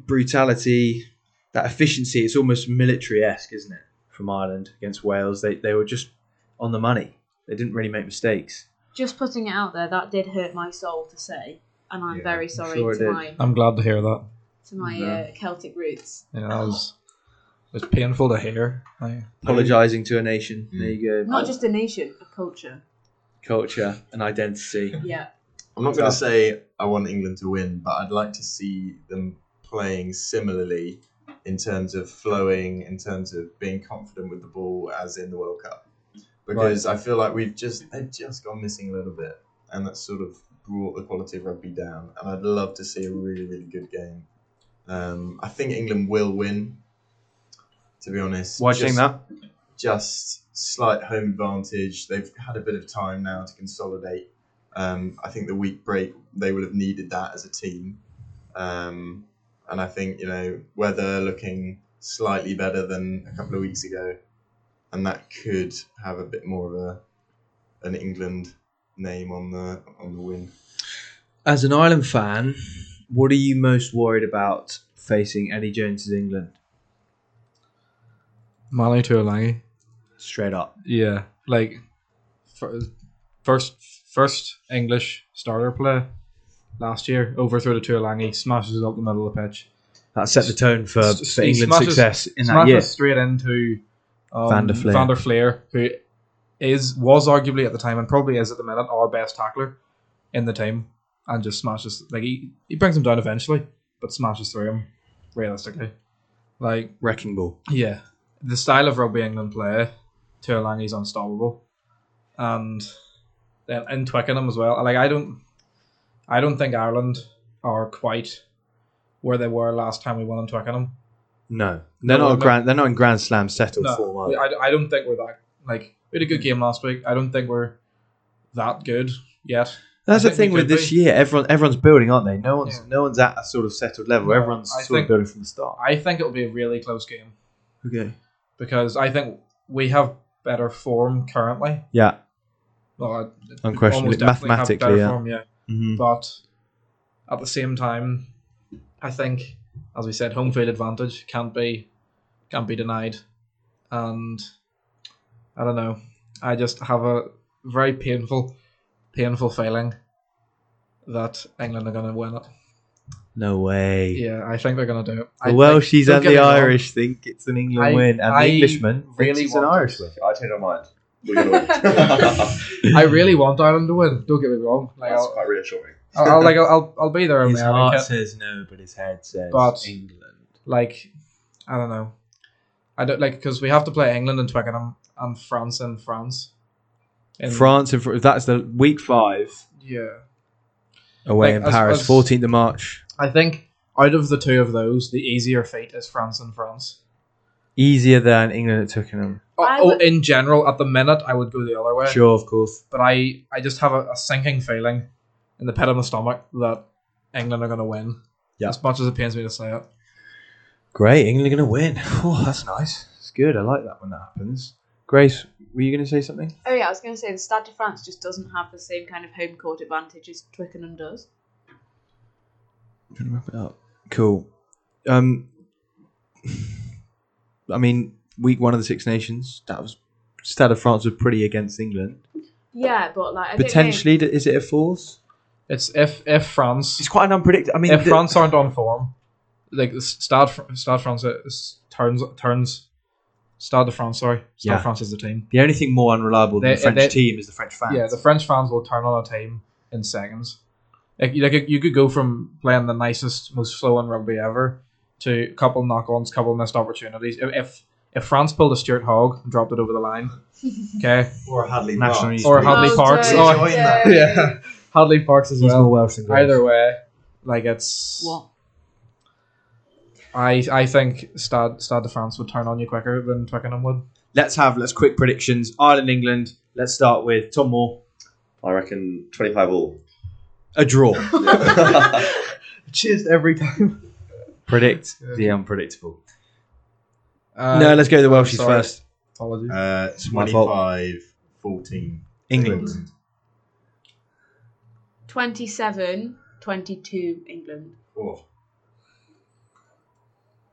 Speaker 3: brutality, that efficiency. It's almost military esque, isn't it? From Ireland against Wales. They, they were just on the money, they didn't really make mistakes.
Speaker 6: just putting it out there, that did hurt my soul to say, and I'm
Speaker 3: Yeah,
Speaker 6: very
Speaker 3: I'm
Speaker 6: sorry
Speaker 3: sure it
Speaker 6: to
Speaker 3: did.
Speaker 6: my
Speaker 4: I'm glad to hear that.
Speaker 6: to my
Speaker 4: Yeah.
Speaker 6: uh, Celtic roots.
Speaker 4: Yeah, that was it was painful to hear. I,
Speaker 3: Apologising to a nation.
Speaker 7: Mm.
Speaker 3: There you go.
Speaker 6: Not just a nation, a culture.
Speaker 3: Culture and identity.
Speaker 6: Yeah.
Speaker 7: I'm not going to say I want England to win, but I'd like to see them playing similarly in terms of flowing, in terms of being confident with the ball, as in the World Cup. Because I feel like we've just they've just gone missing a little bit, and that's sort of brought the quality of rugby down. And I'd love to see a really, really good game. Um, I think England will win. To be honest,
Speaker 3: Why do you think
Speaker 7: Just-
Speaker 3: that?
Speaker 7: just slight home advantage. They've had a bit of time now to consolidate. Um, I think the week break they will have needed that as a team, um, and I think you know weather looking slightly better than a couple of weeks ago, and that could have a bit more of a an England name on the on the win.
Speaker 3: As an Ireland fan, what are you most worried about facing Eddie Jones's England?
Speaker 4: Manu Tuolangi.
Speaker 3: Straight up.
Speaker 4: Yeah, like fir- first first English starter play last year, overthrow to Tuolangi, smashes it up the middle of the pitch.
Speaker 3: That set the tone for,
Speaker 4: S- s-
Speaker 3: for
Speaker 4: he
Speaker 3: England's
Speaker 4: smashes-
Speaker 3: success in that
Speaker 4: smashes
Speaker 3: year.
Speaker 4: straight into um,
Speaker 3: Van der Fleer.
Speaker 4: Van der Fleer, who is was arguably at the time and probably is at the minute our best tackler in the team, and just smashes like he, he brings him down eventually, but smashes through him realistically. Like
Speaker 3: Wrecking ball.
Speaker 4: yeah, the style of rugby England play, Tuolangi's unstoppable, and then in Twickenham as well. Like I don't, I don't think Ireland are quite where they were last time we won in Twickenham.
Speaker 3: No, they're
Speaker 4: No,
Speaker 3: not a
Speaker 4: no.
Speaker 3: grand. They're not in Grand Slam settled
Speaker 4: No,
Speaker 3: form.
Speaker 4: we-
Speaker 3: Are
Speaker 4: I, I don't think we're that like we had a good game last week. I don't think we're that good yet.
Speaker 3: they? That's
Speaker 4: I
Speaker 3: the
Speaker 4: think
Speaker 3: thing
Speaker 4: we
Speaker 3: with
Speaker 4: could
Speaker 3: this
Speaker 4: be.
Speaker 3: year. Everyone, everyone's building, aren't they? No one's,
Speaker 4: Yeah.
Speaker 3: no one's at a sort of settled level.
Speaker 4: No,
Speaker 3: everyone's
Speaker 4: I
Speaker 3: sort of
Speaker 4: think-
Speaker 3: building from the start.
Speaker 4: I think it'll be a really close game
Speaker 3: Okay.
Speaker 4: because I think we have better form currently.
Speaker 3: Yeah,
Speaker 4: Well, I- almost
Speaker 3: unquestionably,
Speaker 4: definitely have better
Speaker 3: mathematically. Yeah.
Speaker 4: form, yeah.
Speaker 3: hmm
Speaker 4: But at the same time, I think, as we said, home field advantage can't be can't be denied. And I don't know. I just have a very painful, painful feeling that England are going to win it.
Speaker 3: No way.
Speaker 4: Yeah, I think they're going to do it. I
Speaker 3: The Welshies
Speaker 4: don't
Speaker 3: and
Speaker 4: get
Speaker 3: the
Speaker 4: me wrong.
Speaker 3: Irish think it's an England
Speaker 4: I-
Speaker 3: win, and
Speaker 4: I
Speaker 3: the Englishman
Speaker 4: really
Speaker 3: thinks it's an
Speaker 4: want
Speaker 3: Irish
Speaker 4: to-
Speaker 3: win.
Speaker 5: I change my mind. We're gonna win. That's
Speaker 4: I really want Ireland to win. Don't get me wrong. Like I'll,
Speaker 5: quite reassuring.
Speaker 4: I'll, I'll like I'll, I'll be there on
Speaker 3: His
Speaker 4: the Ireland
Speaker 3: heart
Speaker 4: kit.
Speaker 3: says no, but his head says
Speaker 4: But-
Speaker 3: England.
Speaker 4: Like I don't know. I don't like because we have to play England and Twickenham and France and France. In-
Speaker 3: France, and Fr- that's the week five
Speaker 4: Yeah.
Speaker 3: away
Speaker 4: Like,
Speaker 3: in
Speaker 4: as-
Speaker 3: Paris,
Speaker 4: as-
Speaker 3: 14th of March.
Speaker 4: I think out of the two of those, the easier fate is France and France.
Speaker 3: Easier than England at Twickenham.
Speaker 4: Oh,
Speaker 6: I
Speaker 4: oh,
Speaker 6: would-
Speaker 4: in general, at the minute, I would go the other way.
Speaker 3: Sure, of course.
Speaker 4: But I, I just have a, a sinking feeling in the pit of my stomach that England are going to win.
Speaker 3: Yeah.
Speaker 4: As much as it pains me to say it.
Speaker 3: Great, England are going to win. Oh, that's nice. It's good. I like that when that happens. Grace, were you going to say something?
Speaker 6: Oh yeah, I was going to say the Stade de France just doesn't have the same kind of home court advantage as Twickenham does.
Speaker 3: I'm going to wrap it up. Cool. Um, I mean, week one of the Six Nations, that was Stade of France were pretty against England.
Speaker 6: Yeah, but like I
Speaker 3: Potentially, d is it a fourth?
Speaker 4: It's if if France
Speaker 3: It's quite an unpredictable. I mean,
Speaker 4: if
Speaker 3: the-
Speaker 4: France aren't on form, like the Stade Fr- Stade France is, turns turns Stade de France. Sorry, Stade
Speaker 3: Yeah.
Speaker 4: France is the team.
Speaker 3: the only thing more unreliable than
Speaker 4: They-
Speaker 3: the French
Speaker 4: they-
Speaker 3: team is the French fans.
Speaker 4: Yeah, the French fans will turn on a team in seconds. Like, you- like you could go from playing the nicest, most flowing rugby ever to a couple knock-ons, couple missed opportunities. If if, if France pulled a Stuart Hogg and dropped it over the line, okay,
Speaker 7: Or Hadley
Speaker 3: National
Speaker 7: Park.
Speaker 3: News
Speaker 4: or
Speaker 3: Group.
Speaker 4: Hadley Parks,
Speaker 7: don't.
Speaker 4: or,
Speaker 7: Enjoying that.
Speaker 4: Oh, yeah, Hadley Parks as
Speaker 3: He's more
Speaker 4: well.
Speaker 3: Welsh than Wales.
Speaker 4: Either way, like it's
Speaker 6: What?
Speaker 4: I I think Stade Stade de France would turn on you quicker than Twickenham would.
Speaker 3: Let's have let's quick predictions. Ireland, England. Let's start with Tom Moore.
Speaker 5: I reckon 25 all.
Speaker 3: A draw.
Speaker 4: Cheers every time.
Speaker 3: Predict
Speaker 4: Yeah.
Speaker 3: the unpredictable.
Speaker 4: Uh,
Speaker 3: no, let's go to the
Speaker 4: I'm
Speaker 3: Welshies
Speaker 4: sorry.
Speaker 3: first.
Speaker 4: apologies.
Speaker 7: Uh,
Speaker 3: my fault.
Speaker 7: 25, 14.
Speaker 3: England.
Speaker 6: Twenty-seven, twenty-two, England.
Speaker 7: Oh,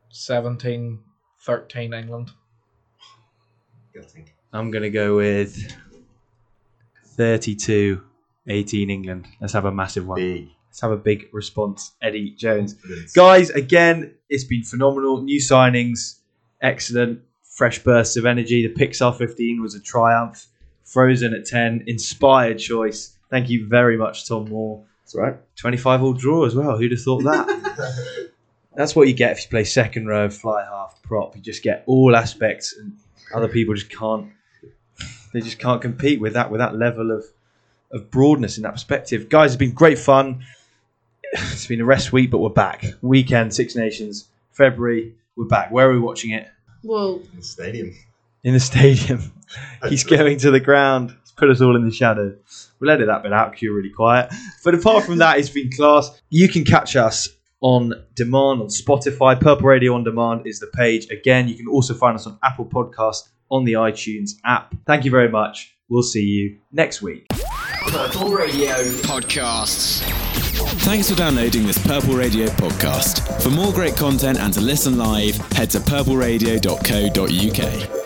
Speaker 4: 17 13 England.
Speaker 7: gutting.
Speaker 3: I'm gonna go with 32, 18 England. Let's have a massive one.
Speaker 7: Big.
Speaker 3: Let's have a big response. Eddie Jones.
Speaker 7: confidence.
Speaker 3: guys again it's been phenomenal new signings excellent fresh bursts of energy the pixar 15 was a triumph frozen at 10 inspired choice thank you very much tom moore
Speaker 5: That's all right.
Speaker 3: 25 all draw as well who'd have thought that that's what you get if you play second row fly half prop you just get all aspects and other people just can't they just can't compete with that with that level of of broadness in that perspective guys it's been great fun it's been a rest week, but we're back. Weekend, Six Nations, February, we're back. Where are we watching it?
Speaker 6: Well,
Speaker 7: The stadium.
Speaker 3: In the stadium. He's going to the ground. He's put us all in the shadow. We'll edit that bit out because you're really quiet. But apart from that, it's been class. You can catch us on demand on Spotify. Purple Radio on Demand is the page. Again, you can also find us on Apple Podcast on the iTunes app. Thank you very much. We'll see you next week.
Speaker 9: Purple Radio Podcasts.
Speaker 10: Thanks for downloading this Purple Radio podcast. For more great content and to listen live, head to purpleradio.co.uk.